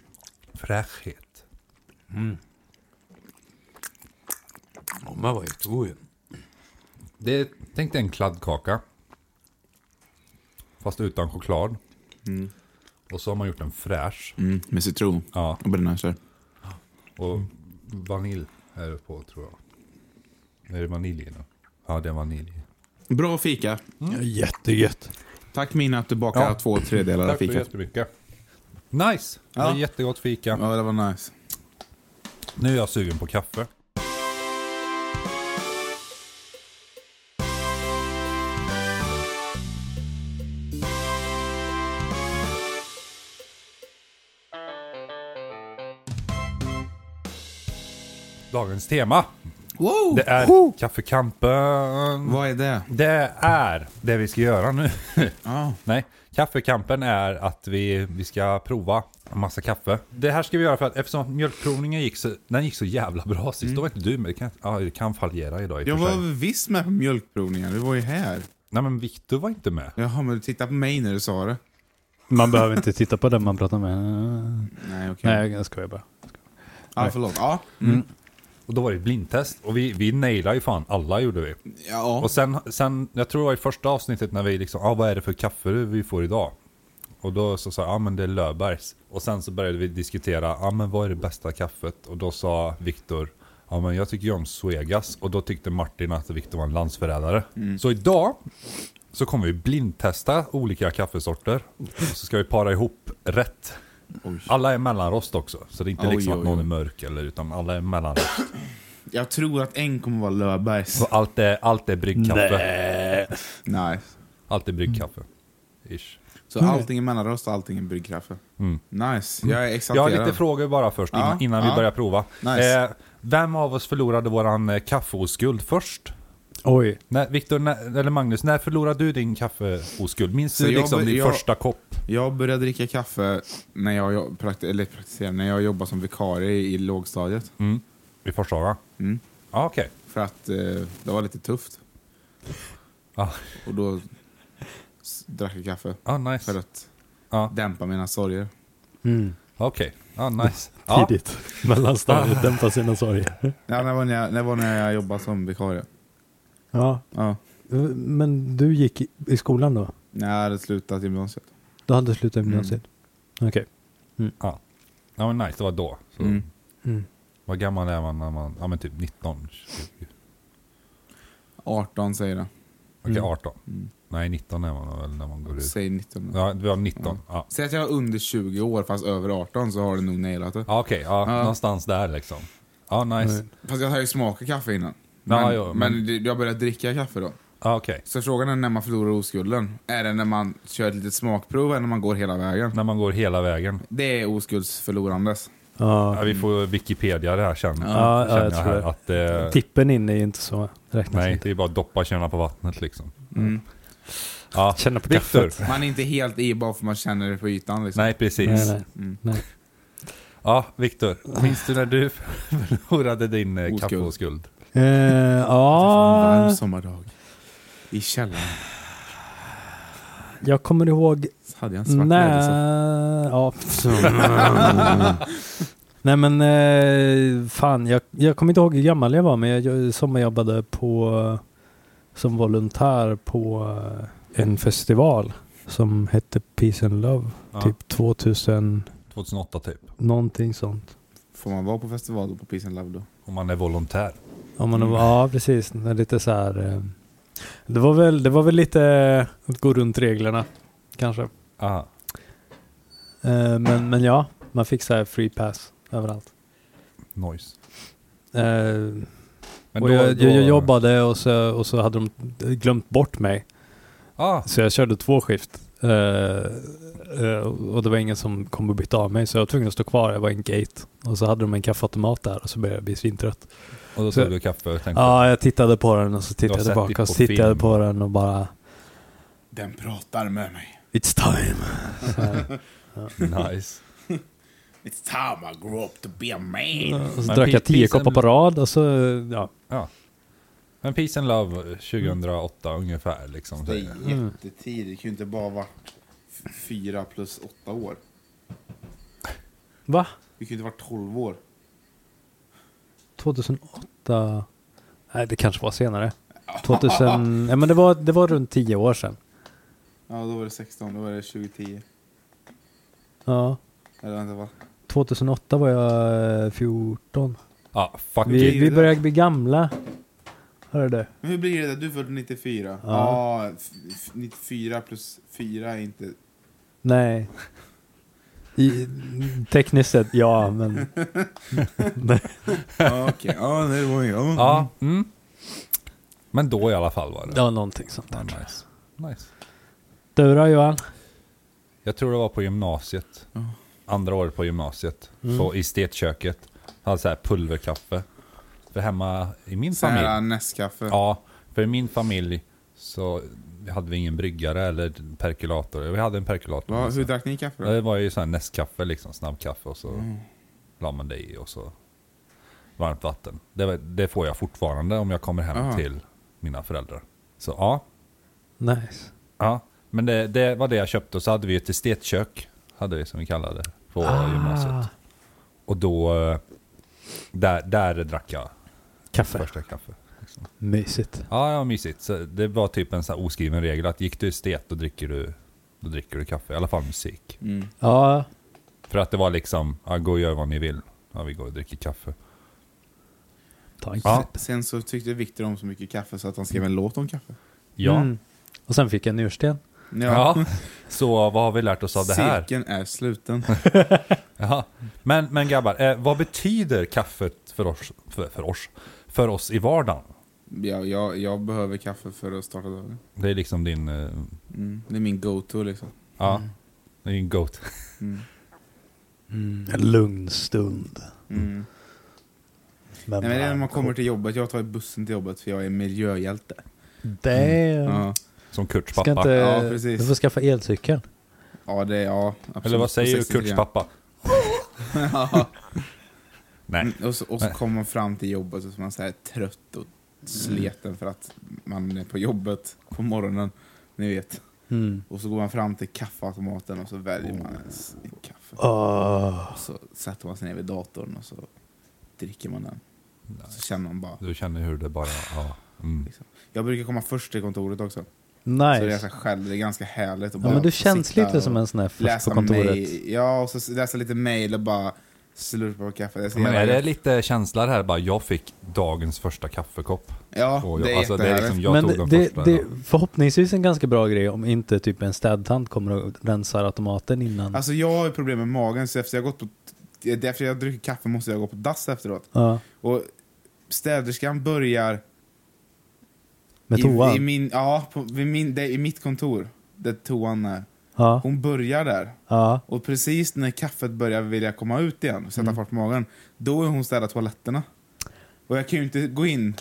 S1: Fräschhet.
S5: De här var jättegoda.
S1: Det, tänk dig en kladdkaka. Fast utan choklad. Och så har man gjort en fräsch.
S2: Mm, med citron
S1: Ja,
S2: och brännässlor.
S1: och vanilj är det på tror jag. Är det vanilj i den? Ja, det är vanilj.
S2: Bra fika.
S5: Ja, jättegött.
S2: Tack Mina att du bakade
S1: Ja.
S2: två tredjedelar av
S1: Tack så
S2: fikat.
S1: jättemycket. Nice! Det var
S2: Ja.
S1: jättegott fika.
S2: Ja, det var nice.
S1: Nu är jag sugen på kaffe. Dagens tema,
S2: Wow!
S1: det är kaffekampen.
S2: Vad är det?
S1: Det är det vi ska göra nu.
S2: Ja.
S1: Nej, kaffekampen är att vi, vi ska prova en massa kaffe. Det här ska vi göra för att eftersom att mjölkprovningen gick så, den gick så jävla bra sist. Då var inte du med. Det kan, ja, det kan fallera idag i och
S2: Mm. Jag
S1: för sig.
S2: var visst med på mjölkprovningen. Du var ju här.
S1: Nej men Viktor var inte med.
S2: Jaha, men du tittade på mig när du sa det.
S3: Man behöver inte titta på den man pratar med.
S2: Nej, okej.
S3: Nej, jag skojar bara.
S2: Ja, förlåt. Ja.
S1: Och då var det ett blindtest. Och vi, vi nailade ju fan alla gjorde vi.
S2: Ja.
S1: Och sen, sen, jag tror det var i första avsnittet när vi liksom, ah, vad är det för kaffe vi får idag? Och då så sa jag, ah, men det är Löfbergs. Och sen så började vi diskutera, ah, men vad är det bästa kaffet? Och då sa Viktor, ja ah, men jag tycker ju om Suegas. Och då tyckte Martin att Viktor var en landsförrädare.
S2: Mm.
S1: Så idag så kommer vi blindtesta olika kaffesorter. Och så ska vi para ihop rätt. Alla är mellanrost också. Så det är inte
S2: Oj,
S1: liksom
S2: oj,
S1: att någon
S2: oj.
S1: är mörk eller utan alla är mellanrost.
S2: Jag tror att en kommer vara Löfbergs.
S1: Så allt är, allt är bryggkaffe.
S2: Nice.
S1: Alltid bryggkaffe. Ish.
S2: Så allting är mellanröst och allting är bryggkaffe. Nice. Jag är
S1: Mm. Jag har
S2: exalterad.
S1: lite frågor bara först
S2: Ja,
S1: innan, innan vi
S2: ja.
S1: börjar prova.
S2: Nice.
S1: Eh, vem av oss förlorade våran eh, kaffeoskuld först?
S3: Oj.
S1: När, Victor, när, eller Magnus, när förlorade du din kaffeoskuld? Minns
S2: Så
S1: du
S2: jag
S1: liksom
S2: bör-
S1: din
S2: jag-
S1: första kopp?
S2: Jag började dricka kaffe när jag, jo- prakti- eller praktiserade, när jag jobbade som vikarie i lågstadiet.
S1: Mm. I Forshaga?
S2: Mm.
S1: Ja, okej.
S2: För att eh, det var lite tufft.
S1: Ja.
S2: Och då s- drack jag kaffe.
S1: Ah,
S2: För
S1: nice.
S2: att
S1: Ja,
S2: dämpa mina sorger.
S3: Mm.
S1: okej. Ah, nice. Ja.
S3: Tidigt.
S5: Ah.
S3: Mellanstadiet dämpar sina sorger.
S2: Ja, det, var när jag, det var när jag jobbade som vikarie.
S5: Ja.
S2: Ja.
S5: Men du gick i- i skolan då?
S2: När jag hade slutat gymnasiet.
S5: Du hade slutat
S3: Mm.
S5: gymnasiet? Okej.
S1: Ja. ja, men nice. Det var då. Så.
S2: Mm.
S5: Mm.
S1: Vad gammal är man när man... Ja, men typ 19, 20. Okej,
S2: 18 säger jag. Mm.
S1: 18. Nej, 19 är man väl när man går ut.
S2: Säg 19.
S1: Ja, det var 19. Ja.
S2: Säg att jag var under 20 år fast över 18 så har du nog nailat det.
S1: Ja, okej. ja,
S2: Ja.
S1: Någonstans där liksom. Ja, nice.
S2: Fast jag har ju smakat kaffe innan.
S1: Ja,
S2: Men,
S1: jo, men-
S2: men... det- jag började dricka kaffe då.
S1: Ja, okej.
S2: Så frågan är när man förlorar oskulden. Är det när man kör ett litet smakprov eller när man går hela vägen?
S1: När man går hela vägen.
S2: Det är oskuldsförlorandes.
S1: Ja,
S5: Ja.
S1: vi får Wikipedia det här känner,
S5: Ja, ja,
S1: känner
S5: jag
S1: jag
S5: tror
S1: här.
S5: det.
S1: Att, eh,
S5: Tippen inne är inte så. Räknas
S1: nej,
S5: inte.
S1: det är bara att doppa kärnan på vattnet liksom.
S2: Mm.
S1: Ja,
S3: Känna på
S1: Viktor.
S3: kaffet.
S2: Man är inte helt i bara för man känner det på ytan liksom.
S1: Nej, precis.
S5: Nej, nej.
S2: Mm.
S5: nej.
S1: Ja, Viktor. Minns du när du förlorade din eh,
S2: Oskuld.
S1: kaffeoskuld?
S5: Eh,
S2: Det var en
S3: Ah.
S5: ja.
S2: varm sommardag. I källaren.
S3: Jag kommer ihåg
S2: Så hade jag en svart Nej.
S3: när... Ja. Nej men eh, fan, jag, jag kommer inte ihåg hur gammal jag var men jag, jag sommarjobbade på som volontär på eh, en festival som hette Peace and Love.
S1: Ja,
S3: Typ 2000
S1: 2008 typ.
S3: någonting sånt.
S2: Får man vara på festival då på Peace and Love då?
S1: Om man är volontär.
S3: Om man, Ja precis, Det är lite så här. eh, Det var väl, det var väl lite eh, att gå runt reglerna kanske.
S1: Aha.
S3: Eh, men, men ja, man fick så här free pass överallt.
S1: Nice.
S3: Eh,
S1: Men
S3: och
S1: då-
S3: jag,
S1: då-
S3: jag, jag jobbade och så, och så hade de glömt bort mig.
S1: Ah,
S3: Så jag körde två skift. Eh, eh, och det var ingen som kom och bytte av mig så jag var tvungen att stå kvar. Jag var i en gate. Och så hade de en kaffeautomat där och så började jag bli svintrött.
S1: och då
S3: Så-
S1: tog du kaffe och tänkte
S3: Ja, jag tittade på den och så tittade
S1: Du har
S3: jag
S1: sett
S3: tillbaka
S1: det
S3: och så
S1: på
S3: tittade jag
S1: film.
S3: på den och bara
S2: Den pratar med mig.
S3: It's time. Så här.
S1: nice.
S2: It's time I grow up to be a man.
S3: Och så
S1: Men
S3: drack jag
S1: pi-
S3: tio
S1: pisen-
S3: koppar på rad och så, ja.
S1: Men Peace and Love 2008 ungefär liksom.
S2: Det
S1: säger jag.
S2: är jättetidigt. Det kan ju inte bara vara f- fyra plus åtta år.
S3: Va?
S2: Det kan ju inte vara tolv år.
S3: 2008. Nej, det kanske var senare. 2000, ja, men det var, det var runt 10 år sedan.
S2: Ja, då var det 16, då var det 2010.
S3: Ja,
S2: Eller vänta, va?
S3: 2008 var jag eh, 14.
S1: Ja, fuck it.
S3: Vi, vi börjar bli gamla. Hör du?
S2: Men hur blir det? där? Du är född 94.
S3: Ja.
S2: Ja, f- f- 94 plus 4 är inte...
S3: Nej. I, tekniskt sett, ja, men... Nej.
S2: Ja, okej. Ja, det var ju...
S1: Ja, mm. Men då i alla fall var det.
S3: Ja, någonting sånt
S1: Ja,
S3: där. tror jag.
S1: nice. nice.
S3: Du då Johan?
S1: Jag tror det var på gymnasiet.
S2: Ja.
S1: Andra året på gymnasiet.
S3: Mm.
S1: På, I stekköket. Hade så här pulverkaffe. För hemma i min
S2: Så
S1: familj.
S2: här Nescafe.
S1: Ja, för i min familj så hade vi ingen bryggare eller perkulator. Vi hade en perkulator.
S2: Va,
S1: men så-
S2: hur drack ni kaffe
S1: Ja,
S2: då?
S1: det var ju sån här nästkaffe liksom, snabbkaffe och så
S2: Mm.
S1: la man det i och så varmt vatten. Det, var- det får jag fortfarande om jag kommer hem
S2: Aha.
S1: till mina föräldrar. Så ja,
S3: Nice.
S1: ja. men det, det var det jag köpte och så hade vi ett estetkök, hade vi som vi kallade det, på
S2: Ah.
S1: gymnasiet.
S3: Ah.
S1: Och då, eh, där, där drack jag
S3: Kaffe.
S1: första kaffe. Liksom.
S3: Mysigt.
S1: Ja, det var mysigt. Så det var typ en sån här oskriven regel att gick du estet då dricker du, då dricker du kaffe, i alla fall musik.
S2: Mm.
S3: Ja,
S1: För att det var liksom, ja, gå och gör vad ni vill. Ja, vi går och dricker kaffe.
S3: ta en
S1: Ja.
S3: kaffe.
S2: Sen så tyckte Viktor om så mycket kaffe så att han skrev en låt om kaffe.
S1: Ja.
S3: Mm. Och sen fick jag en njursten.
S1: ja. Så vad har vi lärt oss av det här?
S2: Cirkeln är sluten.
S1: Ja. Men, men grabbar, eh, vad betyder kaffet för oss, för, för oss? För oss i vardagen?
S2: jag, jag, jag behöver kaffe för att starta dagen.
S1: Det är liksom din, eh,
S2: Mm. Det är min go-to liksom.
S1: ja,
S3: Mm.
S1: det är din goat.
S2: Mm.
S3: En lugn stund.
S2: Mm.
S3: Men
S2: Nej, men det är när man kommer till jobbet. Jag tar bussen till jobbet för jag är miljöhjälte.
S3: Damn.
S2: Ja,
S1: Som Kurts
S3: Ska
S1: pappa.
S3: inte,
S2: Mm. Ja, precis.
S3: du får skaffa elcykel.
S2: ja det är... Ja, absolut.
S1: Eller vad säger
S2: På
S1: Kurts
S2: 63.
S1: pappa?
S2: Ja.
S1: Nej.
S2: Mm, Och så, och så kommer man fram till jobbet och så är man så här trött och
S3: Mm.
S2: sleten för att man är på jobbet på morgonen. Ni vet. Och så går man fram till kaffeautomaten och så väljer man en s- en kaffe.
S3: Åh.
S2: Och så sätter man sig ner vid datorn och så dricker man den. Så känner man bara.
S1: Du känner hur det bara, ja. Mm.
S2: Jag brukar komma först till kontoret också. Så det är så
S3: Nice.
S2: här själv, det är ganska härligt att
S3: Ja,
S2: bara
S3: men du känns
S2: sitta
S3: lite som
S2: och
S3: en sån här först på
S2: läsa
S3: kontoret.
S2: mail. Ja, och så läsa lite mail och bara slurpa på kaffe. Det är så
S1: Men
S2: jävla
S1: är det
S2: gött.
S1: lite känsla det här bara, jag fick dagens första kaffekopp?
S2: Ja,
S1: Och jag,
S2: det är
S1: alltså, det är liksom,
S2: jättehärligt.
S1: jag
S3: men
S1: tog den
S3: det,
S1: första.
S3: det är förhoppningsvis en ganska bra grej om inte typ en städtant kommer och rensar automaten innan.
S2: Alltså jag har ju problem med magen, så efter jag gått på... det är Därför jag dricker kaffe måste jag gå på dass efteråt.
S3: ja,
S2: Och städerskan börjar...
S3: med
S2: i, i,
S3: toan.
S2: min, ja, på, vid min, det, är i mitt kontor, där toan är.
S3: Ja,
S2: Hon börjar där.
S3: ja.
S2: Och precis när kaffet börjar vilja komma ut igen och sätta
S3: Mm.
S2: fart på magen, då är hon städat toaletterna. Och jag kan ju inte gå in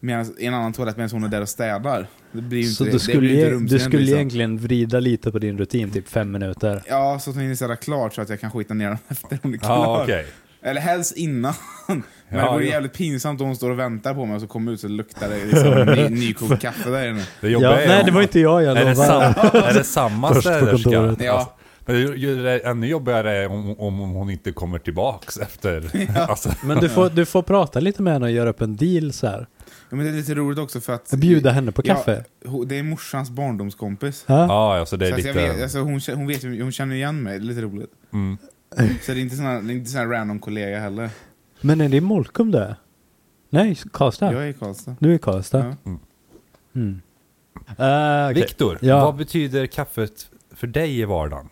S2: medans, i en annan toalett medan hon är där och städar. Det blir ju
S3: Så
S2: inte,
S3: du
S2: det
S3: skulle,
S2: blir ju inte
S3: ju- du
S2: rumsrent,
S3: skulle
S2: liksom.
S3: egentligen vrida lite på din rutin, typ fem minuter. Ah,
S2: Ja, så att hon hinner städa klart så att jag kan skita ner den efter hon är klar.
S1: Ja, okej.
S2: Eller helst innan. Men
S1: Ja,
S2: det vore
S1: ja.
S2: jävligt pinsamt om hon står och väntar på mig och så kommer jag ut så luktar det liksom ny, nykokt kaffe där inne.
S1: Det
S3: Ja,
S1: jobbiga är
S3: nej,
S1: om-
S3: det var inte jag, jag
S1: är det,
S3: lovar.
S1: sam, är det samma
S3: Först på
S1: städerska?
S3: kontoret.
S2: Ja.
S1: Men det är ju- det är ännu jobbigare är om, om om hon inte kommer tillbaks efter. Alltså,
S3: Men du får, du får prata lite med henne och göra upp en deal så här.
S2: Ja, men det är lite roligt också för att...
S3: Bjuda henne på
S2: Ja,
S3: kaffe.
S2: ho- det är morsans barndomskompis.
S3: Ja.
S1: ja, alltså det är
S2: så att
S1: lite...
S2: jag vet, alltså hon, kä- hon, vet, ju- hon känner igen mig, det är lite roligt.
S1: Mm.
S2: Så det är inte sån här, det är inte sån här random kollega heller.
S3: Men är det Molkom det? Nej, Karlstad.
S2: Jag är i Karlstad.
S3: Du är Karlstad.
S2: Ja.
S1: Mm.
S3: Mm.
S1: Ah,
S3: Eh, okej.
S1: Viktor,
S3: Ja.
S1: vad betyder kaffet för dig i vardagen?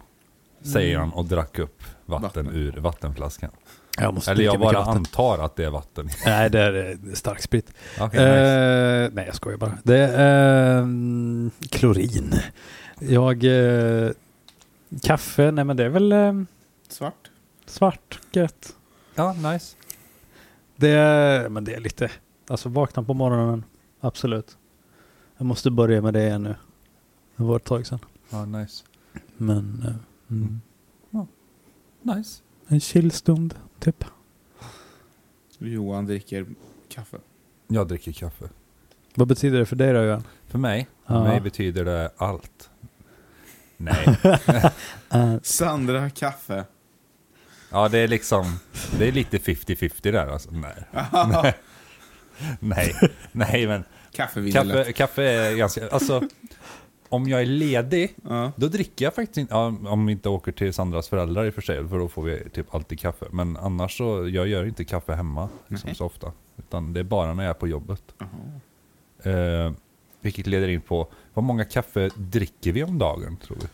S1: Säger han och drack upp vatten,
S2: Mm. Vatten.
S1: ur vattenflaskan.
S3: Jag måste
S1: Eller jag
S3: dricka mycket
S1: bara
S3: vatten.
S1: antar att det är vatten.
S3: Nej, det är eh, starksprit.
S1: Okej, nice.
S3: Eh, nej, jag skojar bara. Det är ehm, klorin. Jag... eh, kaffe, nej men det är väl eh,
S2: Svart.
S3: svart gött.
S1: Ja, nice.
S3: Det är, men det är lite... Alltså vakna på morgonen, absolut. Jag måste börja med det igen nu. Det var ett tag sedan.
S1: Ja, nice.
S3: Men... eh, mm.
S1: Nice.
S3: En chillstund, typ.
S2: Johan dricker kaffe.
S1: Jag dricker kaffe.
S3: Vad betyder det för dig då Johan?
S1: För mig,
S3: Ja.
S1: för mig betyder det allt. Nej, Eh,
S2: Sandra kaffe.
S1: ja det är liksom, det är lite 50-50 där alltså. Nej, nej, nej men
S2: Kaffevindel.
S1: kaffe, kaffe är ganska, alltså om jag är ledig,
S2: Ja.
S1: då dricker jag faktiskt inte, ja, om vi inte åker till Sandras föräldrar i och för sig, för då får vi typ alltid kaffe. Men annars så, jag gör inte kaffe hemma liksom,
S2: Nej.
S1: så ofta. Utan det är bara när jag är på jobbet.
S2: Jaha.
S1: Eh, vilket leder in på, vad många kaffe dricker vi om dagen tror vi?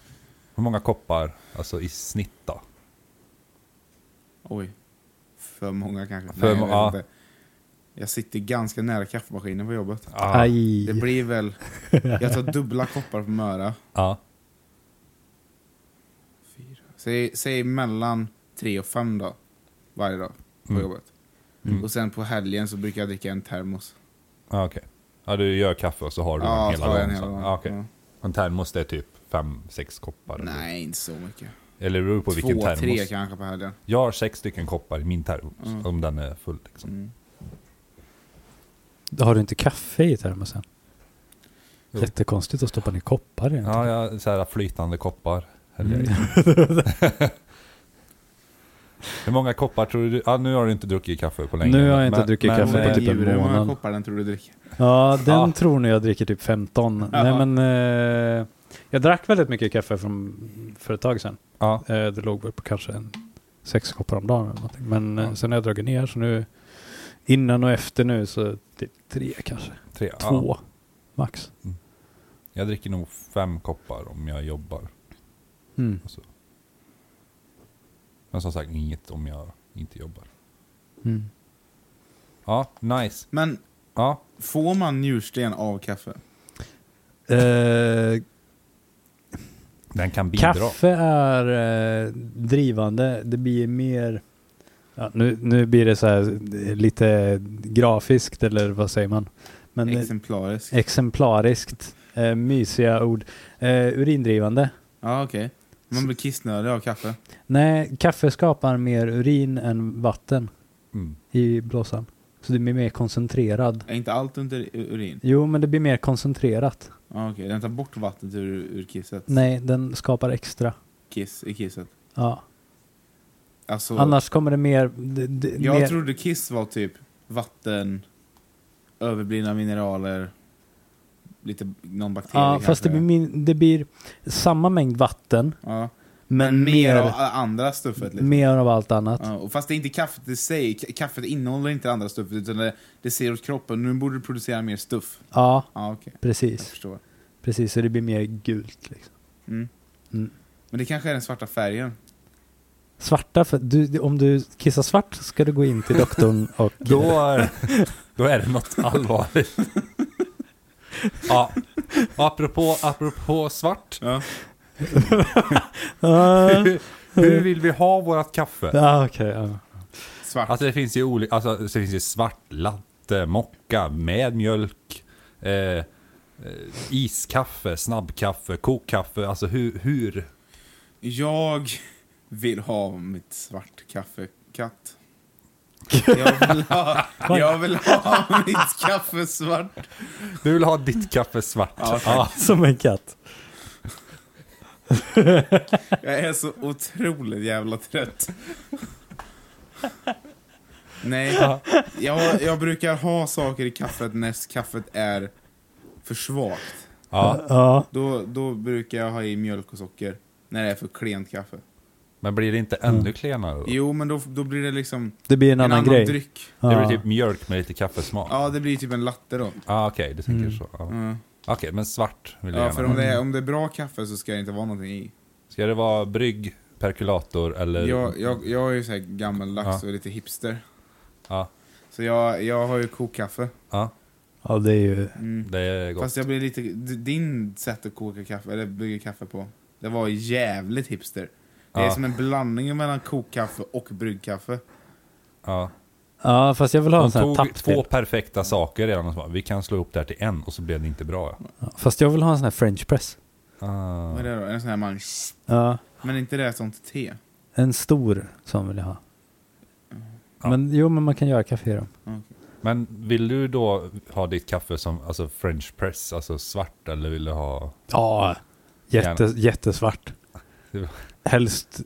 S1: Hur många koppar, alltså i snitt då?
S2: Oj. För många kanske.
S1: För
S2: Nej, jag,
S1: må-
S2: vet
S1: ja.
S2: inte. jag sitter ganska nära kaffemaskinen på jobbet.
S1: Ah,
S3: Aj.
S2: Det blir väl... Jag tar dubbla koppar på Möra.
S1: Ja,
S2: Säg, säg mellan tre och fem då. Varje dag på
S1: Mm.
S2: jobbet.
S1: Mm.
S2: Och sen på helgen så brukar jag dricka en termos.
S1: ah, okej. Ja, du gör kaffe och så har du en
S2: så har
S1: hela
S2: jag en
S1: dagen.
S2: hel
S1: så.
S2: dag.
S1: Ah, okej.
S2: Ja.
S1: En termos det är typ fem, sex koppar? eller?
S2: Nej, inte så mycket.
S1: Eller det beror på vilken
S2: Två,
S1: termos. Alltså,
S2: tre kanske på helgen.
S1: Jag har sex stycken koppar i min termos,
S2: Mm.
S1: om den är full. Liksom.
S2: Mm.
S3: Har du inte kaffe i termosen?
S1: Jo.
S3: Jättekonstigt att stoppa ner koppar
S2: Mm.
S3: i
S1: Ja, jag, så här flytande koppar. häller jag i.
S2: Mm.
S1: Hur många koppar tror du? Ah, nu har du inte druckit kaffe på länge.
S3: Nu har jag inte druckit
S2: Men
S3: kaffe på
S2: vad är
S3: typ en
S2: djur? Hur många
S3: månad.
S2: koppar den tror du dricker?
S3: Ja, den
S1: Ja.
S3: tror nog jag dricker typ 15. Nej
S2: Ja.
S3: men, eh, jag drack väldigt mycket kaffe från, för ett tag sedan.
S1: Ja.
S3: Eh, det låg väl på kanske en, sex koppar om dagen eller någonting. Men eh,
S1: Ja.
S3: sen har jag dragit ner så nu, innan och efter nu så typ tre kanske.
S1: Tre, ja.
S3: Två max.
S1: Jag dricker nog fem koppar om jag jobbar.
S3: Mm.
S1: Och så. Men som sagt, inget om jag inte jobbar.
S3: Mm.
S1: Ja, nice.
S2: Men
S1: Ja,
S2: får man njursten av kaffe?
S3: Eh,
S1: den kan bidra.
S3: Kaffe är eh, drivande. Det blir mer... Ja, nu, nu blir det så här eh, lite grafiskt eller vad säger man? Men eh,
S2: Exemplariskt?
S3: exemplariskt. Eh, mysiga ord. Eh, urindrivande.
S2: Ja, okej. Man blir kissnödig av kaffe.
S3: Nej, kaffe skapar mer urin än vatten
S1: Mm.
S3: i blåsan. Så det blir mer koncentrerad.
S2: Är inte allt under u- urin?
S3: Jo, men det blir mer koncentrerat.
S2: Ja, okej. Den tar bort vattnet ur, ur kisset?
S3: Nej, den skapar extra.
S2: Kiss i kisset.
S3: Ja.
S2: Alltså,
S3: Annars kommer det mer... Det, det,
S2: jag
S3: mer
S2: trodde kiss var typ vatten, överblivna mineraler, lite någon bakterie
S3: ja,
S2: kanske.
S3: fast det blir, min, det blir samma mängd vatten
S2: ja.
S3: Men mer,
S2: av a- andra stuffet. Liksom.
S3: mer av allt annat.
S2: Ja, och fast det är inte kaffet i sig. K- Kaffet innehåller inte det andra stuffet utan det, det ser åt kroppen. Nu borde du producera mer stuff.
S3: Ja,
S2: Ja, okej. Jag
S3: precis.
S2: förstår.
S3: Precis, så det blir mer gult. Liksom.
S2: Mm.
S3: Mm.
S2: Men det kanske är den svarta färgen.
S3: Svarta, för du, om du kissar svart ska du gå in till doktorn och...
S1: Då, är, då är det något allvarligt. Ja, apropå, apropå svart.
S2: Ja.
S3: Ah,
S1: Hur, hur vill vi ha vårt kaffe?
S3: ah, okej. ja.
S2: Svart.
S1: Alltså det finns ju olika, alltså det finns ju svart latte, mocka med mjölk, eh, eh, iskaffe, snabbkaffe, kokkaffe, alltså hur, hur?
S2: Jag vill ha mitt svart kaffekatt. Jag vill ha, jag vill ha mitt kaffe svart.
S1: Du vill ha ditt kaffe svart. Ja,
S3: Som en katt.
S2: Jag är så otroligt jävla trött. Nej, jag, jag brukar ha saker i kaffet när kaffet är för svagt.
S1: ja.
S3: Ja.
S2: Då, då brukar jag ha i mjölk och socker. När det är för klent kaffe.
S1: Men blir det inte ännu klenare då?
S2: Jo, men då, då blir det liksom
S3: Det blir en,
S2: en
S3: annan,
S2: annan
S3: grej.
S2: dryck.
S1: Det blir
S3: Ja.
S1: typ mjölk med lite kaffesmak? Ja.
S2: Ja, det blir typ en latte då.
S1: Ah, Okej, du tänker
S3: Mm.
S1: så. Ja. Okej,
S2: Mm.
S1: men svart vill jag
S2: Ja, för
S1: gärna
S2: om
S1: ha.
S2: det, är, om det är bra kaffe så ska det inte vara någonting i.
S1: Ska det vara brygg, perkulator eller?
S2: Jag, jag, jag är ju så här gammaldags och lite hipster.
S1: Ja.
S2: Så jag, jag har ju kokkaffe.
S1: Ja,
S3: Ja, det är ju...
S2: Mm.
S1: det är gott.
S2: Fast jag blir lite... d- Din sätt att koka kaffe, eller bygga kaffe på, det var jävligt hipster. Det är
S1: Ja.
S2: som en blandning mellan kokkaffe och bryggkaffe.
S1: Ja.
S3: Ja, fast jag vill ha en
S1: De
S3: sån här typ.
S1: tog
S3: tappdel.
S1: två perfekta saker redan och så bara, vi kan slå ihop det här till en och så blev det inte bra.
S3: Ja, typ. Fast jag vill ha en sån här french press.
S1: Ah.
S2: Vad är det då? En sån här man...
S3: Ja,
S2: Men inte det sånt te.
S3: en stor sån vill jag ha.
S1: Ja.
S3: Men jo, men man kan göra kaffe i dem.
S1: Men vill du då ha ditt kaffe som alltså french press, alltså svart eller vill du ha?
S3: Ja, jätte,
S1: Gärna.
S3: jättesvart.
S1: Det-
S3: Helst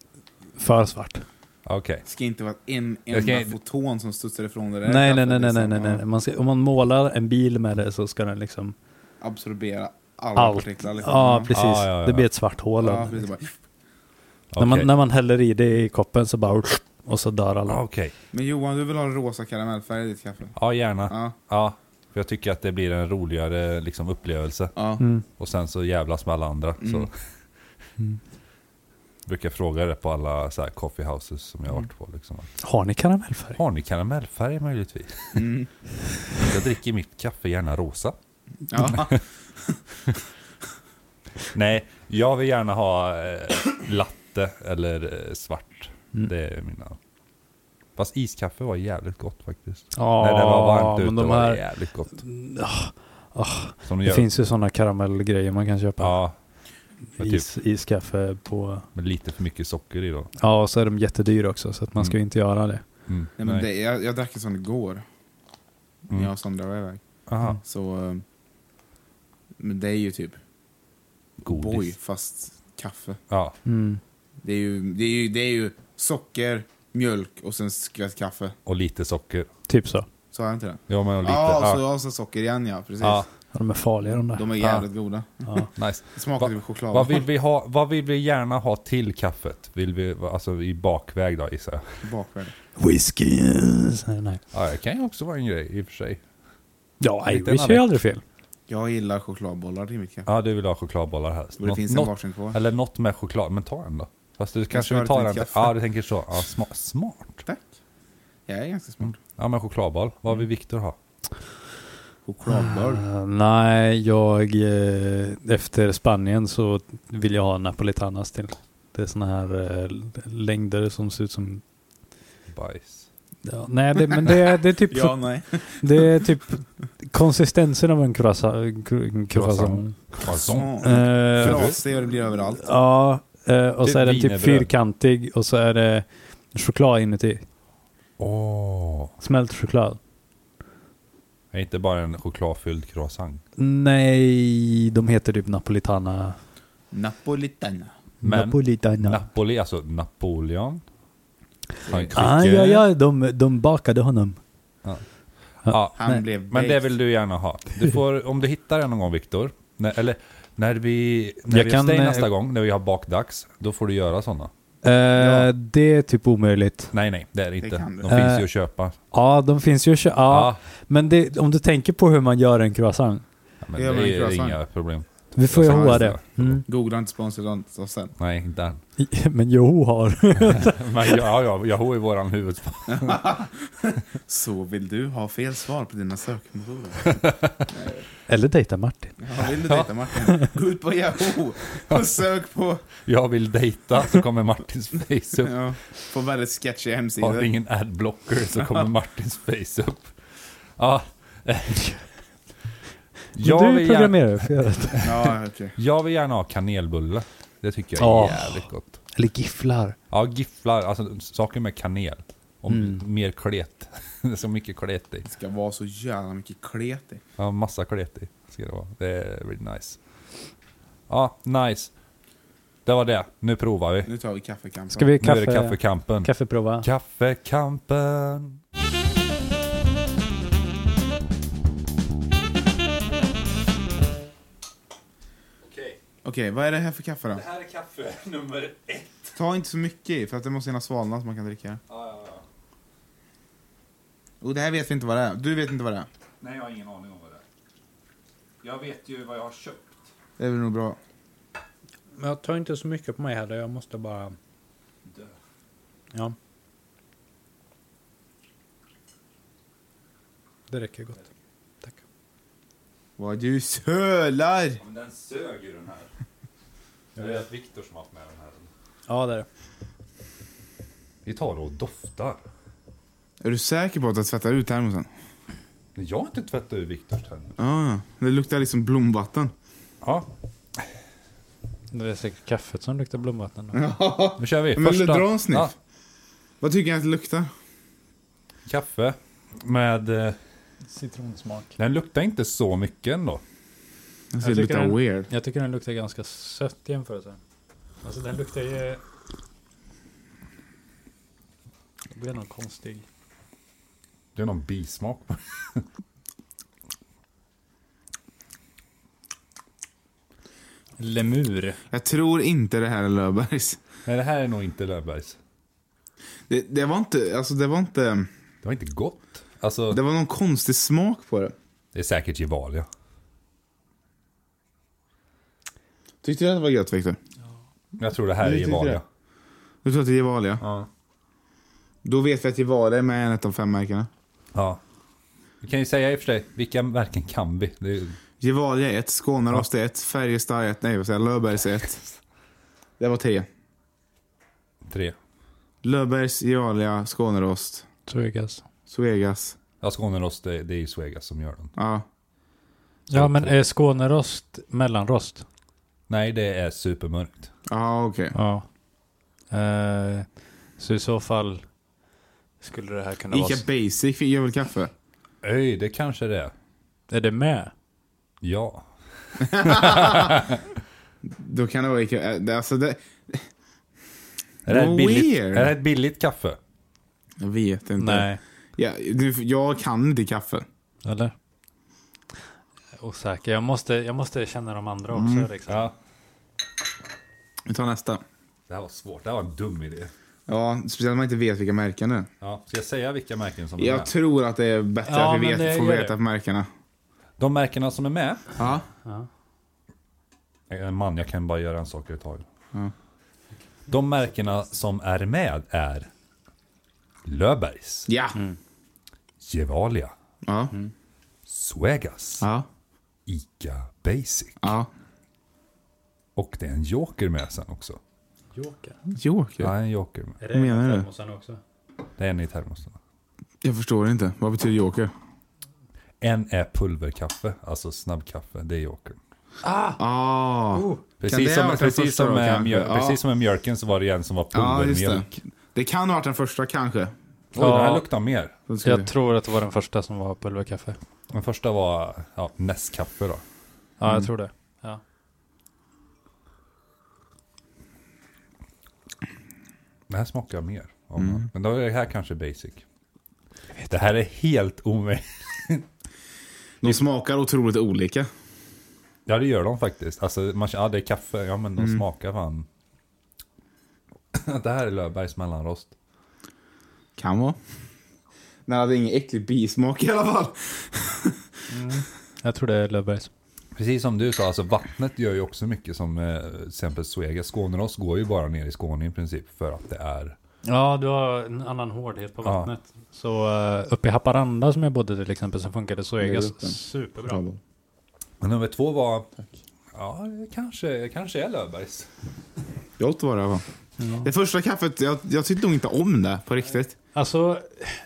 S3: för svart.
S1: Okej,
S2: Det ska inte vara en
S1: Jag ska
S2: enda
S1: inte-
S2: foton som studsar ifrån det där
S3: Nej, nej,
S2: kaffet,
S3: nej, nej, nej,
S2: liksom.
S3: nej,
S2: Ja.
S3: nej. Man ska, om man målar en bil med det så ska den liksom...
S2: Absorbera alla
S3: Allt.
S2: partiklar. Liksom.
S3: Ja, precis.
S1: Ja, Mm. ja, ja.
S3: Det blir ett svart hål av
S2: Ja,
S3: det.
S2: precis. Bara-
S3: När,
S1: okej.
S3: man, när man häller i det i koppen så bara... Och så dör alla.
S1: Ah, okej.
S2: Men Johan, du vill ha rosa karamellfärg i ditt kaffe?
S1: Ja, gärna.
S2: Ja.
S1: Ja, för jag tycker att det blir en roligare liksom, upplevelse.
S2: ja.
S3: Mm.
S1: Och sen så jävlas med alla andra.
S2: Mm.
S1: Så.
S3: Mm.
S1: Brukar fråga det på alla så här coffee houses som jag har
S3: Mm.
S1: varit på. Liksom.
S3: Har ni karamellfärg?
S1: Har ni karamellfärg möjligtvis?
S2: Mm.
S1: Jag dricker mitt kaffe gärna rosa.
S2: Ja.
S1: Nej, jag vill gärna ha eh, latte eller eh, svart.
S3: Mm.
S1: Det är mina. Fast iskaffe var jävligt gott faktiskt.
S3: Ja,
S1: När det var varmt ute
S3: men de
S1: var det
S3: här... Mm,
S1: jävligt gott.
S3: ah.
S1: Som de
S3: Det
S1: gör.
S3: finns ju sådana karamellgrejer man kan köpa.
S1: Ja, men typ.
S3: Is, iskaffe på...
S1: med lite för mycket socker i då.
S3: Ja, och så är de jättedyra också så att man ska
S1: Mm.
S3: ju inte göra det.
S1: Mm.
S2: Nej, men det, jag, jag drack en sån igår.
S1: Mm.
S2: När jag och Sandra var iväg.
S1: Aha,
S2: Så... eh, Men det är ju typ
S1: godis.
S2: boy fast kaffe.
S1: Ja,
S3: Mm.
S2: Det är ju, det är ju, det är ju socker, mjölk och sen skvätt kaffe.
S1: och lite socker.
S3: Typ så.
S2: Sa jag inte det?
S1: Ja, men och lite.
S2: Ja,
S1: ja.
S2: så jag sa socker igen ja. Precis.
S1: Ja.
S3: Ja, de är farliga de där.
S2: De är jävligt goda.
S3: Ja.
S1: ah, Nice.
S2: Det smakar
S1: Va-
S2: typ choklad.
S1: Vad vill, vi ha, vad vill vi gärna ha till kaffet? Vill vi, alltså i bakväg då gissar jag.
S2: Bakväg.
S3: Whisky. Nej, nej.
S1: Ja, det kan ju också vara en grej i och för sig.
S3: Ja,
S1: Lite
S3: Irish är ju aldrig fel.
S2: Jag gillar chokladbollar till mitt kaffe.
S1: Ja, du vill ha chokladbollar helst.
S2: Och det
S1: Något-
S2: finns en
S1: något-
S2: varsin kvar.
S1: Eller något med choklad, men ta en då. Fast du kanske
S2: ska
S1: vill
S2: ha
S1: ta
S2: lite
S1: den.
S2: kaffe.
S1: Ja, du tänker så. Ja, sma- smart.
S2: Tack. Jag är ganska smart.
S1: Ja, men chokladboll. Vad vill Viktor ha?
S2: Chokladboll.
S3: Eh, nej, jag... Eh, efter Spanien så vill jag ha napolitanas till. Det är såna här eh, längder som ser ut som...
S1: Bajs.
S3: Ja, nej, det, men det, är- det är typ...
S2: Ja, nej.
S3: Det är typ konsistensen av en croissant. cro- croissant.
S1: Croissant. Croissant.
S3: Eh,
S2: Frasig och det blir överallt.
S3: Ja, eh, och så
S1: Det är
S3: är den typ
S1: wienerbröd.
S3: fyrkantig och så är det choklad inuti.
S1: Åh.
S3: Smält choklad.
S1: Är inte bara en chokladfylld croissant.
S3: Nej, de heter typ napolitana.
S2: Napolitana.
S1: Men
S3: napolitana.
S1: Napoli, alltså Napoleon. Frankrike.
S3: ah, ja, ja, de, de bakade honom.
S1: Ja,
S2: Han
S3: Nej.
S2: blev
S1: men det
S2: baked.
S1: vill du gärna ha. Du får, om du hittar den någon gång Viktor, när- eller när vi, när
S3: Jag
S1: vi
S3: kan,
S1: kan, dig
S3: eh,
S1: nästa gång, när vi har bakdags, då får du göra sådana.
S3: Eh,
S2: Ja.
S3: Det är typ omöjligt.
S1: Nej, nej, det är det
S2: Det
S1: inte.
S2: kan du.
S1: De finns
S3: Eh,
S1: ju att köpa.
S3: Ja, de finns ju att kö- ja,
S1: Ja,
S3: men det, om du tänker på hur man gör en croissant.
S1: men
S2: gör man
S1: det
S2: i
S1: är
S2: croissant.
S1: inga problem.
S3: Vi får ju
S1: Croissant,
S3: ha det.
S1: alltså.
S3: Mm.
S2: Googla inte sponsor av sen.
S1: Nej, inte än.
S3: Men Joho har.
S1: Men ja, ja, ja, jag har ju våran huvudsponsor.
S2: Så vill du ha fel svar på dina sökmotorer?
S3: Eller dejta Martin.
S2: Ja, vill du dejta Martin? Gå ut på Yahoo och sök på...
S1: Jag vill dejta, så kommer Martins face upp.
S2: Ja, på väldigt sketchiga
S1: Har vi
S2: hemsidor.
S1: ingen adblocker så kommer Martins face upp. Ja.
S3: Men
S1: Jag
S3: du
S1: vill, gärna,
S3: programmerar ju för att göra det.
S2: Ja, okej.
S1: jag vill gärna ha kanelbulle. Det tycker jag är
S3: Åh.
S1: jävligt gott.
S3: Eller gifflar.
S1: Ja, gifflar, alltså saker med kanel. Om
S3: Mm.
S1: mer klet. det är så mycket klet i.
S2: Det ska vara så jävla mycket klet i.
S1: Ja, massa klet i ska det vara. Det blir nice. Ja, nice. Det var det. Nu provar vi.
S2: Nu tar vi kaffekampen.
S5: Ska vi
S1: Nu är det
S5: kaffe,
S1: kaffekampen.
S5: kaffeprova?
S1: Kaffekampen.
S2: Okej, vad är det här för kaffe då?
S1: här är kaffe nummer ett.
S2: Ta inte så mycket i, för att det måste gärna svalna så man kan dricka det. Och det här vet vi inte vad det är. Du vet inte vad det är.
S1: Nej, jag har ingen aning om vad det är. Jag vet ju vad jag har köpt.
S2: Det är väl nog bra.
S3: Men jag tar inte så mycket på mig heller. Jag måste bara... Ja. Det räcker gott. Tack.
S2: Vad du sölar!
S1: men den sög ju den här. Jag vet att Viktor som har haft med den här.
S3: Ja, det är det.
S1: Vi tar och doftar.
S2: Är du säker på att jag tvättar ut termosen?
S1: Jag har inte tvättat ur Viktors tänder.
S2: Ja, ja. Det luktar liksom blomvatten.
S1: Ja,
S3: Det är säkert kaffet som luktar blomvatten. då.
S1: nu kör vi.
S2: Men dra en sniff.
S1: Ja,
S2: Vad tycker jag att det luktar?
S1: kaffe med... eh,
S3: Citronsmak.
S1: Den luktar inte så mycket ändå.
S2: Jag
S3: Jag
S2: det luktar
S3: tycker den-
S2: weird.
S3: Jag tycker den luktar ganska sött i jämförelse. Alltså den luktar ju... Det blir någon konstig...
S1: Det är någon bismak.
S3: Lemur.
S2: Jag tror inte det här är Löfbergs.
S1: Nej, det här är nog inte Löfbergs.
S2: Det, det var inte, alltså det var inte,
S1: Det var inte gott. Alltså,
S2: det var någon konstig smak på det.
S1: det är säkert Gevalia.
S2: Tyckte du att det var gött Viktor?
S1: Jag tror det här är
S2: Nej, tycker
S1: Gevalia.
S2: det. Du tror att det är Gevalia?
S1: Ja.
S2: Då vet vi att Gevalia är med i ett av fem märkena.
S1: ja. Vi kan ju säga i och för sig, vilka märken kan vi? Det är,
S2: Gevalia 1, Skånerost 1, Färjestad 1, nej vad säger jag, Löfbergs 1. Det var tre.
S1: tre.
S2: Löfbergs, Gevalia, Skånerost,
S3: Suegas.
S2: Svegas.
S1: Ja, Skånerost, det, det är ju Svegas som gör den.
S2: Ja.
S3: Ja men är Skånerost mellanrost?
S1: Nej, det är supermörkt.
S2: Ja, okej.
S3: Ja. Eh, så i så fall skulle det här kunna
S2: Ica Basic fick jag väl kaffe?
S1: Öj, det kanske det är.
S3: vara... Är det med?
S1: Ja.
S2: Då kan det vara Ica... eh, det- Alltså det...
S1: Är det, här
S2: Vad
S1: ett billigt, är
S2: weird.
S1: det här ett billigt kaffe?
S2: Jag vet inte.
S3: Nej.
S2: Ja, du, jag kan inte kaffe.
S3: Eller? Osäker. Jag måste, jag måste känna de andra också.
S2: Mm.
S3: Liksom.
S1: Ja.
S2: Vi tar nästa.
S1: Det här var svårt, det här var en dum idé.
S2: Ja, speciellt om man inte vet vilka märken det är.
S1: Ja. Ska jag säga vilka märken som är
S2: Jag
S1: med?
S2: tror att det är bättre
S3: Ja,
S2: att vi vet,
S3: men det
S2: får
S3: gör
S2: veta
S3: det.
S2: på märkena.
S1: De märkena som är med?
S2: Ja.
S1: Eh, Man, jag kan bara göra en sak i taget.
S2: Ja.
S1: De märkena som är med är Löfbergs,
S2: Ja.
S3: Mm.
S1: Gevalia,
S2: Ja.
S1: Swegas,
S2: Ja.
S1: Ica Basic
S2: ja.
S1: och det är en joker med sen också.
S3: Joker.
S2: Joker?
S1: Ja, en joker med.
S3: Är
S2: Vad menar du?
S3: termosen också?
S1: Det är en i termosen.
S2: Jag förstår inte. Vad betyder joker?
S1: En är pulverkaffe, alltså snabbkaffe. Det är jokern.
S2: Ah.
S3: Oh.
S2: Kan det
S1: Precis
S2: ha
S1: som,
S2: varit den
S1: precis,
S2: första
S1: som
S2: då,
S1: med
S2: kanske?
S1: mjölk,
S2: Ja.
S1: precis som med mjölken så var det en som var
S2: ja, just det.
S1: pulvermjölk.
S2: Det kan ha varit den första kanske.
S1: Oj, den här
S3: Ja.
S1: luktar mer.
S2: Då ska vi-
S3: Jag tror att det var den första som var pulverkaffe.
S1: Den första var ja, Nescafé då.
S3: Ja, jag tror det. Ja.
S1: Det här smakar mer. Ja,
S2: Mm.
S1: Men då är det här kanske basic. Det här är helt omöjligt.
S2: De smakar otroligt olika.
S1: Ja det gör de faktiskt. Alltså man känner, ja det är kaffe, ja men
S2: Mm.
S1: de smakar fan. det här är Löfbergs mellanrost.
S2: Kan vara. Den hade ingen äcklig bismak i alla fall.
S3: Jag tror det är Löfbergs.
S1: Precis som du sa, alltså vattnet gör ju också mycket som eh, till exempel Svega. Skånerost går ju bara ner i Skåne i princip för att det är.
S3: Ja, du har en annan hårdhet på
S1: Ja.
S3: vattnet. Så eh, uppe i Haparanda som jag bodde till exempel så funkade
S2: Det är
S3: Zoegas
S2: uppe.
S3: superbra.
S1: Men nummer två var, ja det kanske, det kanske är Löfbergs.
S2: Jag åt vad det var. Det första kaffet, jag, jag tyckte nog inte om det på riktigt.
S3: Alltså,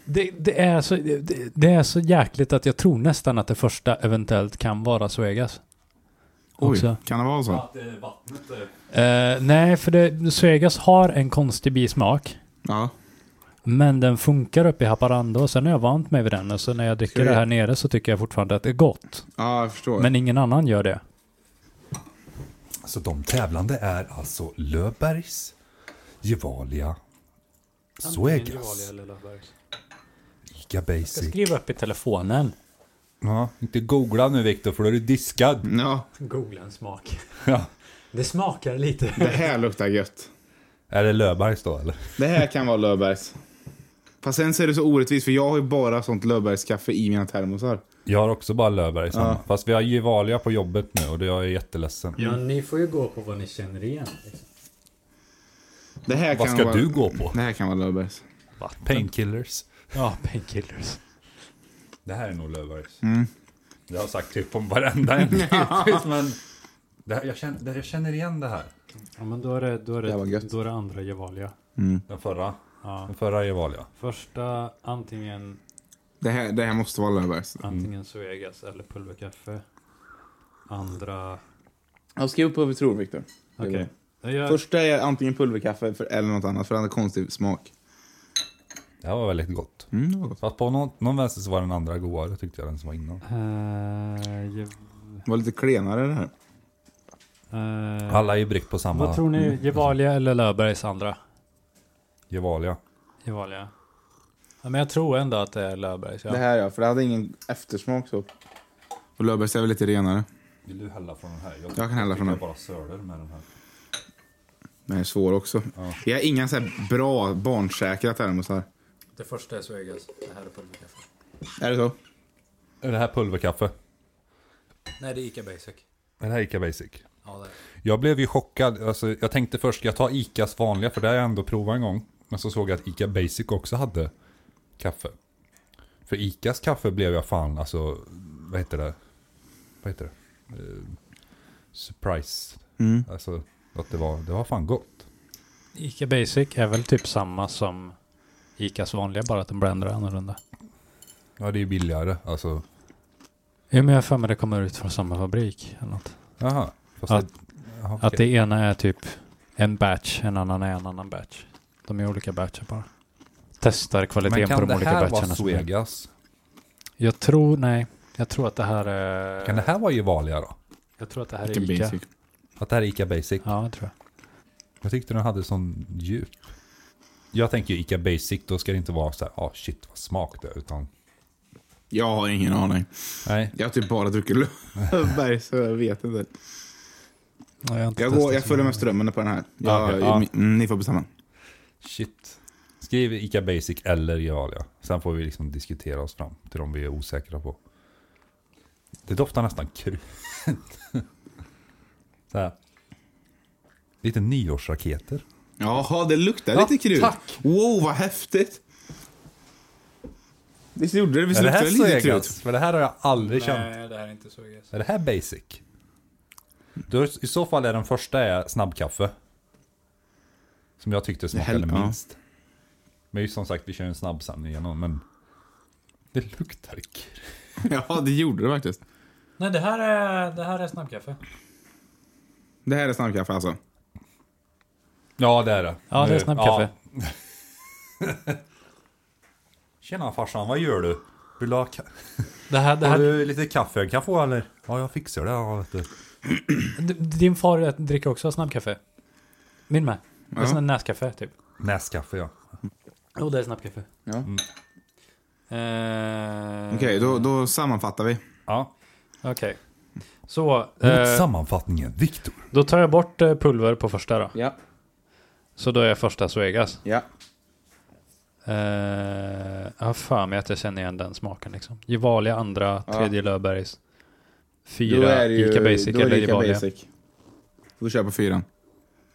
S3: det, det, är så, det, det är så jäkligt att jag tror nästan att det första eventuellt kan vara Zoegas.
S2: Oj,
S3: Också.
S2: kan det vara så?
S1: Att eh, vattnet är...
S3: Eh, nej, för det, Zoegas har en konstig bismak.
S2: Ja.
S3: Men den funkar uppe i Haparanda och sen är jag vant mig vid den. Och så när jag dricker
S2: vi-
S3: det här nere så tycker jag fortfarande att det är gott.
S2: Ja, jag förstår.
S3: Men ingen annan gör det.
S1: Så de tävlande är alltså Löfbergs, Gevalia, Suegas, Ica
S3: Jag
S1: Basic.
S3: skriver upp i telefonen.
S1: Ja, inte googla nu Viktor för då är du diskad.
S2: Ja,
S3: Googla en smak.
S1: Ja.
S3: Det smakar lite.
S2: det här luktar gött.
S1: Är det Löfbergs då eller?
S2: Det här kan vara Löfbergs. Fast sen så är det så orättvist för jag har ju bara sånt Löfbergskaffe i mina termosar.
S1: Jag har också bara Löfbergs
S2: Ja.
S1: hemma. Fast vi har Gevalia på jobbet nu och det jag är jätteledsen.
S3: Ja, ni får ju gå på vad ni känner igen. liksom.
S2: Det här
S1: Vad
S2: kan
S1: ska
S2: vara...
S1: du gå på?
S2: Det här kan vara Löfbergs.
S1: Painkillers.
S3: Ja, painkillers.
S1: Det här är nog Löfbergs. Det har jag sagt typ om varenda en hittills, men det här, jag, känner, det, jag känner igen det här.
S3: Ja, men då är det, då är
S2: Det var gött.
S3: då är det andra Gevalia.
S1: Den förra,
S3: Ja.
S1: den förra Gevalia.
S3: Första antingen,
S2: Det här, det här måste vara Löfbergs.
S3: antingen Suegas eller pulverkaffe. Andra...
S2: Ja, skriv upp vad vi tror Viktor.
S3: Okej.
S2: Okej.
S3: Jag gör-
S2: Första är antingen pulverkaffe för, eller något annat för den har konstig smak.
S1: Det här var väldigt gott.
S2: Mm, det var gott.
S1: Fast på någon, någon vänster så var den andra godare tyckte jag den som var innan.
S3: Eh, ge-
S2: Det var lite klenare det här.
S3: eh,
S1: Alla är ju bryggt på
S3: vad
S1: samma
S3: tror ni? Gevalia eller Löfbergs andra?
S1: Gevalia.
S3: Gevalia. Ja, men jag tror ändå att det är Löfbergs. Ja.
S2: Det här ja, för det hade ingen eftersmak så. Och Löfbergs är väl lite renare.
S1: Vill du hälla från den här? Jag,
S2: kan hälla från den.
S1: Jag bara söler med den här.
S2: Den är svår också.
S1: Ja.
S2: Jag har inga så här bra barnsäkra termosar.
S3: Det första är Suegas. Det här är pulverkaffe.
S2: Är det så?
S1: Är det här pulverkaffe?
S3: Nej, det är Ica Basic.
S1: Är det här Ica Basic?
S3: Ja, det
S1: Jag blev ju chockad. Alltså, jag tänkte först, ska jag ta Icas vanliga? För det har jag ändå provat en gång. Men så såg jag att Ica Basic också hade kaffe. För Icas kaffe blev jag fan, alltså, vad heter det? Vad heter det? Eh, surprise.
S2: Mm.
S1: Alltså, att det var, det var fan gott.
S3: Ica Basic är väl typ samma som Icas vanliga, bara att de bländar annorlunda.
S1: Ja, det är ju billigare. Alltså,
S3: Jo, men jag har för mig det kommer ut från samma fabrik. Eller något.
S1: jaha. Fast
S3: Att-
S1: det- jaha,
S3: Att
S1: okej.
S3: det ena är typ en batch, en annan är en annan batch. De är olika batcher bara. Testar
S1: Men
S3: kvaliteten på
S1: kan
S3: de
S1: det
S3: olika
S1: här vara
S3: batcherna. som är.
S1: Suegas?
S3: Jag tror, nej. Jag tror att det här är...
S1: Kan det här vara Gevalia då?
S3: Jag tror att det här är
S2: Vilken
S3: Ica.
S2: basic.
S1: Att det här är Ica Basic?
S3: Ja, det tror jag.
S1: Jag tyckte den hade sån djup. Jag tänker ju Ica Basic, då ska det inte vara så här, ah shit vad smak det är", utan...
S2: Jag har ingen aning.
S1: Nej.
S2: Jag har typ bara druckit Löfbergs så jag vet inte.
S3: Ja, jag har inte
S2: Jag, går,
S3: testat
S2: jag
S3: så
S2: följer
S3: många.
S2: med strömmen på den här.
S1: Ja,
S2: Jag,
S1: okej, ja.
S2: mi- mm, Ni får bestämma.
S1: Shit. Skriv Ica Basic eller Gevalia. Sen får vi liksom diskutera oss fram till de vi är osäkra på. Det doftar nästan krut. så här. Lite nyårsraketer.
S2: Jaha, det luktar
S1: Ja,
S2: lite krut.
S1: tack.
S2: Wow, vad häftigt. Visst gjorde det? Visst
S1: är det
S2: luktade
S1: här
S2: det lite krut?
S1: Suegas? För det här har jag aldrig känt.
S3: Nej, det här är inte så gött.
S1: Är det här basic? Då, är- I så fall är den första är snabbkaffe. Som jag tyckte smakade
S2: Hel- ja.
S1: minst. Men just som sagt, vi kör en snabbsändning igenom, men... Det luktar kr-
S2: Ja, det gjorde det faktiskt.
S3: Nej, det här är, det här är snabbkaffe.
S2: Det här är snabbkaffe alltså.
S1: Ja, det är det.
S3: Ja, det är
S1: Nu-
S3: snabbkaffe.
S1: ja. Tjena farsan, vad gör du? Vill du ha, ka-
S3: Det här, det
S1: har
S3: här,
S1: du lite kaffe jag kan få eller? Ja, jag fixar det. Ja, vet du.
S3: d- din far dricker också snabbkaffe. Min med. Det är
S2: Ja.
S3: sån här näskaffe, typ.
S1: Näskaffe, ja.
S3: Jo, det är snabbkaffe. Mm.
S2: Ja.
S3: Eh,
S2: Okej, då, då sammanfattar vi.
S1: ja.
S3: okej. Så,
S1: Mot
S3: eh,
S1: sammanfattningen, Viktor.
S3: då tar jag bort eh, pulver på första då.
S2: Ja.
S3: Så då är jag första Suegas.
S2: Ja.
S3: Eh, Jag har för mig att Eh, jag känner igen den smaken liksom. Gevalia andra, tredje Löfbergs. Fyra Ica Basic
S2: då är
S3: eller
S2: det Ica
S3: Gevalia.
S2: Basic. Får köpa fyran.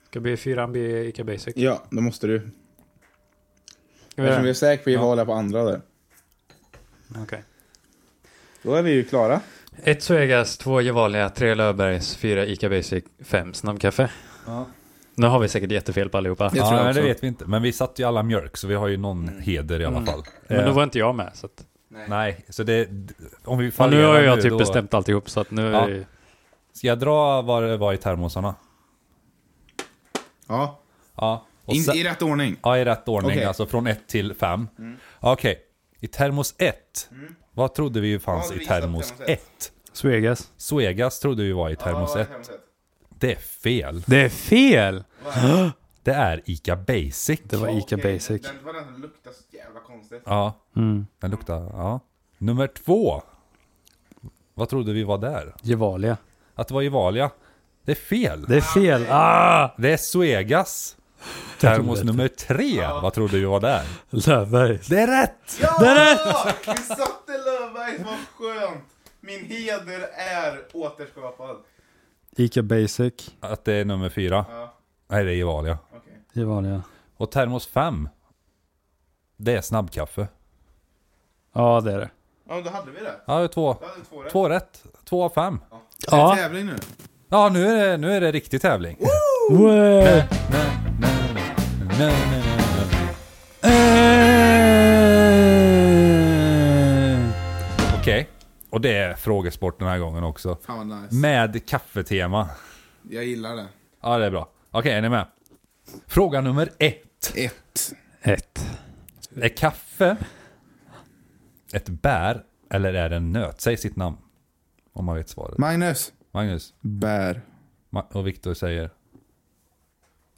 S3: Ska bli fyran bli Ica Basic?
S2: Ja, då måste du.
S3: Ska vi göra
S2: Eftersom vi är
S3: det?
S2: säkra på
S3: Ja.
S2: Gevalia på andra där.
S3: Okej.
S2: Då är vi ju klara.
S3: Ett Suegas, två Gevalia, tre Löfbergs, fyra Ica Basic, fem snabbkaffe.
S1: Ja.
S3: Nu har vi säkert jättefel på allihopa.
S2: Ja. Jag tror
S1: ja,
S2: jag
S1: nej, det
S2: också.
S1: vet vi inte. Men vi satt ju alla mjölk, så vi har ju någon heder i alla
S3: Mm.
S1: fall.
S3: Men då
S1: Eh,
S3: var inte jag med. Så att,
S1: Nej, så det... d- Om vi
S3: Ja, nu
S1: fallerar
S3: har jag typ
S1: då-
S3: bestämt alltihop så att nu
S1: Ja.
S3: är det...
S1: Ska jag dra vad det var i termosarna?
S2: Ja.
S1: Ja. Och
S2: In,
S1: sen-
S2: I rätt ordning.
S1: Ja, i rätt ordning.
S2: Okej. Mm.
S1: Alltså från 1 till 5. Okej. I termos 1. Vad trodde vi fanns
S2: Ja,
S1: i
S2: vi gissade på
S1: termos
S2: termos
S1: 1?
S3: Svegas.
S1: Suegas trodde vi var i termos 1. Det är fel.
S3: Det är fel!
S1: Det är Ica Basic.
S3: Det var Ica Basic.
S2: Den var den som luktade så jävla konstigt.
S1: Ja,
S3: Mm.
S1: den luktar... Ja. Nummer två. Vad trodde vi var där?
S3: Gevalia.
S1: Att det var Gevalia. Det är fel.
S3: Det är fel. Ah!
S1: Det är Suegas. Termos nummer tre. Vad trodde vi var där?
S3: Löfberg.
S1: Det är rätt!
S2: Ja!
S3: Det är
S2: Vi satte Löfbergs, vad skönt! Min heder är återskapad.
S3: Ica Basic.
S1: Att det är nummer fyra.
S2: Ja,
S1: Nej, det är Gevalia.
S2: okej.
S3: Gevalia.
S1: Och termos 5. Det är snabbkaffe.
S3: Ja, det är det.
S2: Ja, men då hade vi det.
S1: Ja, det är två.
S2: Då hade vi två rätt.
S1: Två rätt. Två av fem.
S2: Är
S3: Ja.
S2: det tävling nu?
S1: Ja, nu är det, nu är det riktig tävling.
S3: Wow.
S1: Okej. Och det är frågesport den här gången också.
S2: Fan vad nice.
S1: Med kaffetema.
S2: Jag gillar det.
S1: Ja, det är bra. Okej, är ni med? Fråga nummer ett.
S2: Ett.
S3: Ett.
S1: Är kaffe ett bär eller är det en nöt? Säg sitt namn. Om man vet svaret.
S2: Magnus.
S1: Magnus
S2: Bär.
S1: Ma- och Viktor säger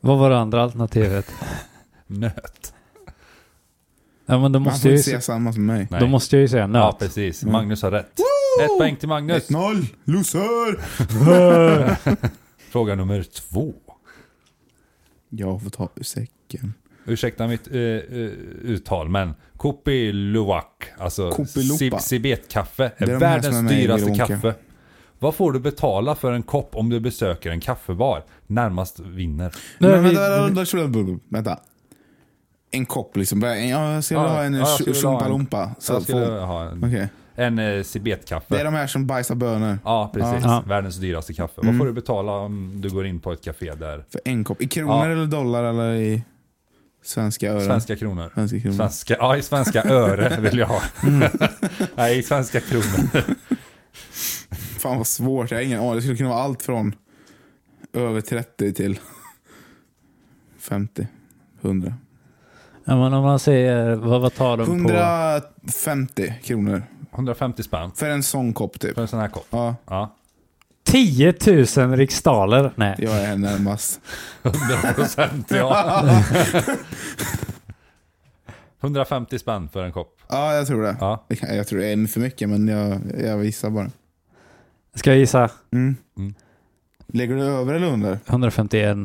S3: Vad var det andra alternativet?
S1: nöt.
S3: Ja, men då
S2: Man
S3: måste,
S2: får
S3: jag ju,
S2: inte säga samma som mig.
S1: Nej.
S3: då måste jag ju säga
S1: Ja,
S3: nöt.
S1: precis.
S2: Mm.
S1: Magnus har rätt. Ett poäng till Magnus.
S2: 1-0. Loser!
S1: Fråga nummer två.
S2: Jag får ta ur säcken.
S1: Ursäkta mitt eh, eh, uttal, men Kopiluwak, alltså
S2: Kopilupa.
S1: sib- Sibetkaffe,
S2: är
S1: är,
S2: de här som är
S1: världens
S2: med i
S1: dyraste
S2: Veronica.
S1: kaffe. Vad får du betala för en kopp om du besöker en kaffebar? Närmast vinner.
S3: Nu är
S2: Men
S3: vi-
S2: vänta, vänta, vänta, vänta, vänta, vänta. En kopp liksom. Bara en- Ja, jag skulle
S1: Ja,
S2: ha en
S1: ja, jag skulle
S2: ja,
S1: ha
S2: lumpa
S1: en.
S2: lumpa.
S1: Så
S2: Så
S1: jag
S2: att få...
S1: skulle
S2: Okej.
S1: ha en, en eh,
S2: Det är
S1: Sibetkaffe.
S2: de här som bajsar bönor.
S1: Ja, precis.
S3: Ja. Mm.
S1: Världens dyraste kaffe. Vad får du betala om du går in på ett café där?
S2: För en kopp. I kronor
S1: Ja.
S2: eller dollar eller i svenska ören?
S1: Svenska kronor.
S3: Mm.
S2: Svenska kronor.
S1: Svenska, ja, i svenska öre vill jag ha. Nej, i svenska kronor.
S2: Fan vad svårt. Jag har ingen aning. Det skulle kunna vara allt från över 30 till 50. 100.
S3: Ja, men om man säger, vad, vad tar de på?
S2: 150 kronor.
S1: 150 spänn
S2: För en sån kopp typ.
S1: för en sån här kopp.
S2: Ja,
S1: Ja.
S3: 10 000 riksdaler? Nej.
S2: jag är närmast.
S1: 100% ja. 150 spänn för en kopp.
S2: Ja, jag tror det.
S1: Ja.
S2: Det kan- Jag tror det är för mycket, men jag, jag gissar bara.
S3: Ska jag gissa?
S2: Mm.
S1: Mm.
S2: Lägger du över eller under?
S3: 151.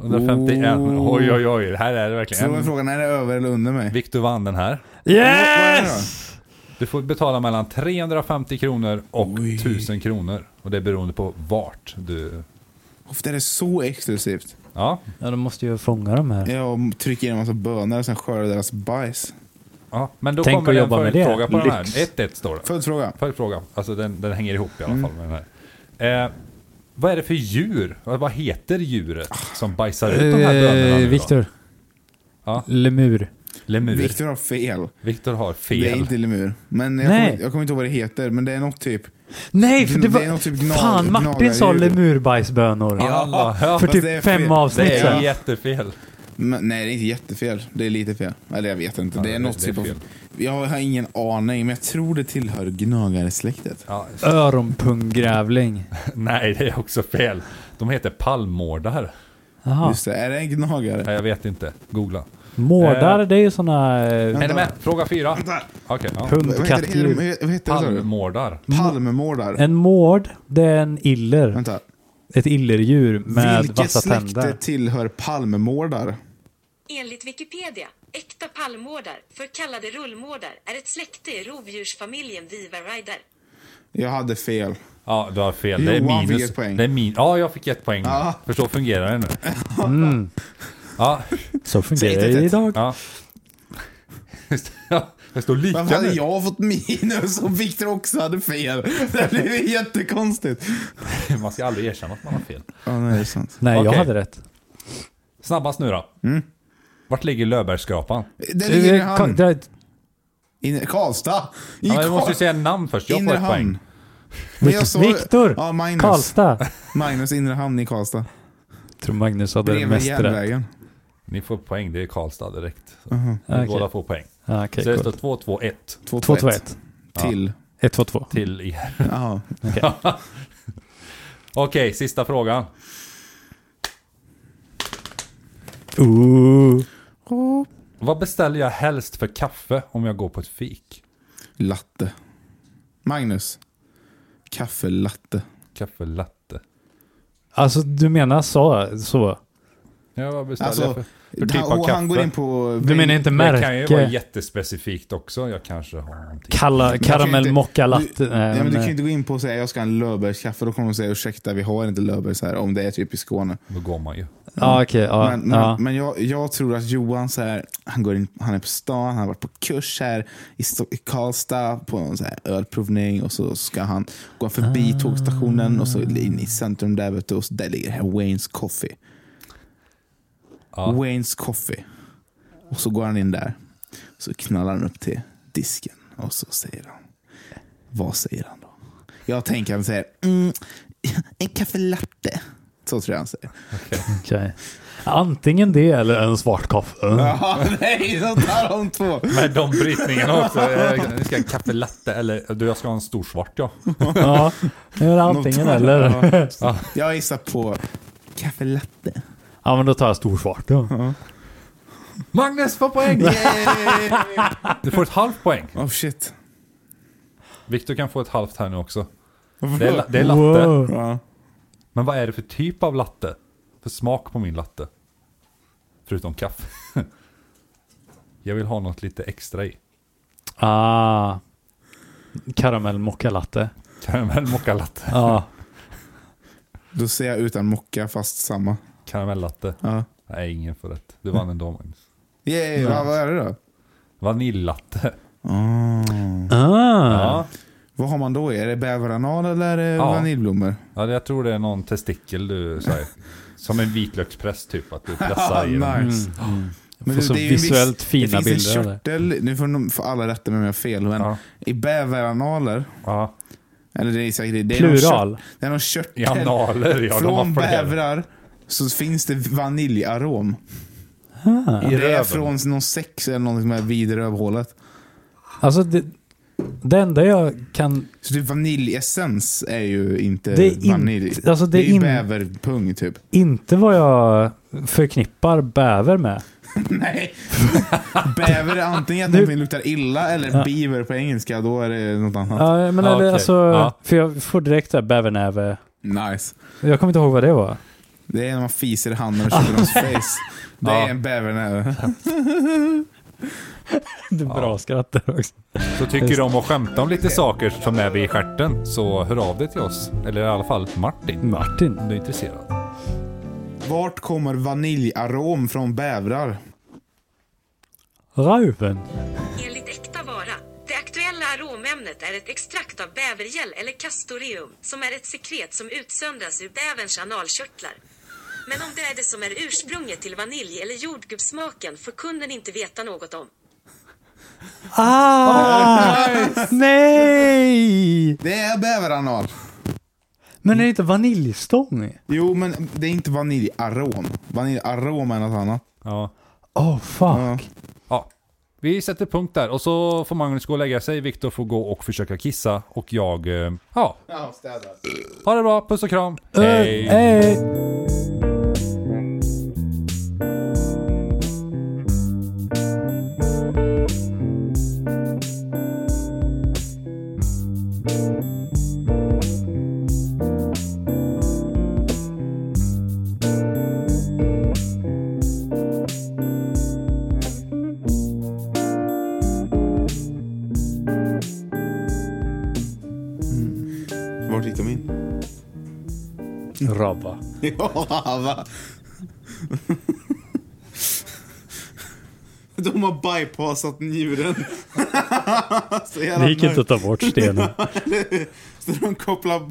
S1: 151.
S2: Oh.
S1: Oj, oj, oj. Det här är det
S2: Så då är
S1: verkligen.
S2: frågan, är det över eller under mig?
S1: Victor vann den här.
S3: Yes!
S1: Du får betala mellan 350 kronor och 1000 kronor. Och det är beroende på vart du...
S2: Ofta är det så exklusivt.
S1: Ja,
S3: Ja, då måste jag fånga de här.
S2: Jag trycker in en massa bönor och sen skördar deras bajs.
S1: ja. men då
S3: Tänk
S1: kommer
S3: att
S1: det en
S3: jobba med det.
S1: följdfråga på den här.
S3: Lyx.
S1: 1-1 står det.
S2: Följdfråga.
S1: Följdfråga. Alltså den, den hänger ihop i alla
S2: Mm.
S1: fall med den här. Eh, vad är det för djur? Vad vad heter djuret som bajsar ut de här bönorna nu då?
S3: Eh, Viktor.
S1: Ja.
S3: Lemur.
S1: Lemur.
S2: Viktor har fel.
S1: Viktor har
S2: Det är
S1: fel.
S2: inte lemur. Men jag,
S3: Nej.
S2: kommer, jag kommer inte ihåg vad det heter, men det är något typ.
S3: Nej, för det
S2: Det är
S3: var...
S2: någon typ gnag-
S3: Fan, Martin sa
S2: gnagardjur.
S3: lemurbajsbönor.
S1: Ja, ja,
S3: För
S2: fast det är
S3: typ
S2: fel.
S3: fem avsnitt
S1: det är
S3: sedan.
S1: jättefel.
S2: Men, nej, det är inte jättefel. Det är lite fel. Eller jag vet inte. det är
S1: det-
S2: något
S1: det är
S2: typ
S1: fel.
S2: av... Jag har ingen aning, men jag tror det tillhör gnagarsläktet.
S1: Ja,
S3: Öronpunggrävling.
S1: nej, det är också fel. De heter palmårdar.
S3: Jaha.
S2: Just det. Är det en gnagare?
S1: Nej, jag vet inte. Googla.
S3: Mårdar, det är ju såna... eh,
S1: Är ni med? Fråga fyra. Okej, ja.
S2: Vad heter det? Är
S3: Hundkattdjur.
S2: de- Vad heter det? sa du?
S1: Palmårdar.
S2: Palmemordar.
S3: En mård, det är en iller.
S2: Vänta.
S3: Ett illerdjur med
S2: Vilket typ.
S3: vassa
S2: släkte
S3: tänder.
S2: tillhör palmemordar?
S6: Enligt Wikipedia, äkta palmårdar, förkallade rullmårdar, är ett släkte i rovdjursfamiljen Vivarider.
S2: Jag hade fel.
S1: Ja, du har fel. Det är
S2: Johan fick
S1: minus.
S2: ett poäng.
S1: Det är min ja, jag fick ett poäng.
S2: Ja. Mm.
S1: För så fungerar det nu. Ja,
S3: Så
S2: Säg
S3: fungerar
S2: det,
S3: det
S2: det.
S3: idag.
S1: ja. Just det, ja. Det står lika
S2: Varför hade
S1: nu.
S2: jag fått minus och Viktor också hade fel? Det här blev ju jättekonstigt.
S1: Man ska aldrig erkänna att man har fel.
S2: Ja, nej, det är sant.
S3: Nej, jag
S1: Okej.
S3: hade rätt.
S1: Snabbast nu då. Vart ligger Löbergsskrapan?
S2: Det ligger Mm.
S3: Eh,
S2: i hamn.
S3: Det är-
S2: I Karlstad. I
S1: Ja, men du måste
S2: Karl-
S1: ju säga namn först. Jag får
S2: Inre
S1: ett poäng.
S2: hamn. Men jag sa-
S3: Viktor!
S2: Ja, Magnus.
S3: Karlstad!
S2: Magnus Inre hamn i Karlstad.
S3: tror Magnus hade det
S2: Bredvid
S3: mest rätt.
S2: järnvägen.
S1: Ni får poäng, det är Karlstad direkt. Så.
S2: Aha.
S1: ni
S3: Okej.
S1: Båda får poäng.
S3: Ah, okay,
S1: så det står
S3: cool.
S1: 2-2-1
S2: Två, två, ett.
S3: 2-2-1.
S2: Till.
S3: 1-2-2.
S1: till er.
S2: Jaha.
S1: Okej, sista frågan.
S3: Ooh.
S1: Vad beställer jag helst för kaffe om jag går på ett fik?
S2: Latte. Magnus. Kaffelatte.
S1: Kaffe latte.
S3: Alltså du menar så? så.
S1: Ja, vad beställer jag
S2: Alltså,
S1: för? typ av
S2: han, och
S1: kaffe?
S2: han går in på...
S3: Du menar inte
S1: Det kan ju vara
S3: märke?
S1: jättespecifikt också. Jag kanske har någonting.
S3: Kalla,
S2: Men jag kan
S3: karamell
S2: inte-
S3: mocka
S2: du-
S3: latte? Nej,
S2: Ja, men du
S3: men-
S2: kan ju inte gå in på och säga jag ska ha en löbergskaffe. Då kommer de säga ursäkta, vi har inte löbergs här. Om det är typ i Skåne.
S1: Då går man ju.
S3: Ja, okej. ja,
S2: men men,
S3: ja.
S2: men jag, jag tror att Johan så här, han, går in, han är på stan, han har varit på kurs här i, Sto- i Karlstad på någon så här ölprovning och så ska han gå förbi
S3: Ah.
S2: tågstationen och så in i centrum där vet du, och så där ligger det här Wayne's Coffee.
S1: Ja.
S2: Wayne's Coffee. Och så går han in där. Så knallar han upp till disken och så säger han. Vad säger han då? Jag tänker han säger mm, en kaffelatte. Så tror jag han säger.
S3: okej. Antingen det eller en svart kaffe.
S2: Ja, nej, de tar de två.
S1: Med de brytningarna också. Jag ska ha en kaffe latte eller du, jag ska ha en stor svart ja.
S3: Ja, jag gör antingen eller.
S2: Ja. Jag gissar på kaffelatte.
S3: Ja, men då tar jag stor svart. Ja.
S1: Magnus får poäng! Du får ett halvt poäng.
S2: Oh shit.
S1: Viktor kan få ett halvt här nu också. Det är, la- det är latte.
S3: Wow.
S2: Ja.
S1: Men vad är det för typ av latte? För smak på min latte? Förutom kaffe. Jag vill ha något lite extra i.
S3: Ah. Karamell mocka latte.
S1: Karamell mocca latte.
S3: Ja.
S2: Då ser jag utan mocka fast samma.
S1: Karamell latte.
S2: Ja.
S1: Nej, ingen får rätt. Du vann ändå Magnus.
S2: Yay, vad, vad är det då?
S1: Vaniljlatte.
S2: Ah.
S3: Ah.
S1: Ja.
S2: Vad har man då? i? Är det bäveranan eller är det
S1: Ja.
S2: vaniljblommor?
S1: ja, jag tror det är någon testikel du säger. Som en vitlökspress typ, att du pressar i den.
S2: nice. Mm. Men
S3: Får
S2: du,
S3: så
S2: det är ju en viss-
S3: visuellt fina
S2: det finns
S3: bilder av
S2: en
S3: det.
S2: körtel, nu får, de- får alla rätta mig om jag har fel, men
S1: Ja.
S2: i bäveranaler,
S1: Ja.
S2: eller det är säkert, det är någon kört-
S3: Plural.
S2: det är någon körtel
S1: I analer, ja. de har
S2: från
S1: fler.
S2: bävrar så finns det vaniljarom.
S3: Ah.
S1: I
S2: Det är
S1: röven.
S2: från någon sex eller någonting med vid rövhålet.
S3: Alltså, det, det enda jag kan...
S2: Så typ vaniljessens är ju inte
S3: Det är inte-
S2: vanilj.
S3: alltså det är
S2: ju
S3: in-
S2: bäverpung typ.
S3: Inte vad jag förknippar bäver med.
S2: Nej. Bäver är antingen att
S3: Nu-
S2: någonting luktar illa eller
S3: Ja.
S2: beaver på engelska. Då är det något annat.
S3: Ja, men
S1: Ja,
S3: eller,
S1: okej.
S3: alltså,
S1: Ja.
S3: För jag får direkt där bävernäve.
S2: Nice.
S3: Jag kommer inte ihåg vad det var.
S2: Det är när man fiser i handen och kör någons face. Det är
S1: Ja.
S2: en bävernäve.
S3: Det är bra skratt där också.
S1: Så tycker du om att skämta om lite saker som är vid stjärten så hör av dig till oss. Eller i alla fall Martin,
S3: Martin.
S1: om du är intresserad.
S2: Vart kommer vaniljarom från bävrar?
S3: Rauven.
S6: Enligt Äkta Vara. Det aktuella aromämnet är ett extrakt av bävergäll eller castoreum, som är ett sekret som utsöndras ur bäverns analkörtlar. Men om det är det som är ursprunget till vanilj eller jordgubbssmaken får kunden inte veta något om.
S3: Ah! Nej!
S2: Det är bäveranal.
S3: Men är det inte vaniljstång?
S2: Jo, men det är inte vaniljarom. Vaniljarom är något annat.
S1: Ja.
S3: Oh fuck.
S1: ja. Vi sätter punkt där och så får Magnus gå och lägga sig. Viktor får gå och försöka kissa och jag... eh, Ja,
S2: Ja, städa.
S1: ha det bra. Puss och kram.
S3: Eh, eh.
S2: Vart gick de in?
S3: Rabba.
S2: Ja, va? De har bypassat njuren. Så jävla
S3: Det gick inte att ta bort stenen.
S2: nöjd. Så de kopplar...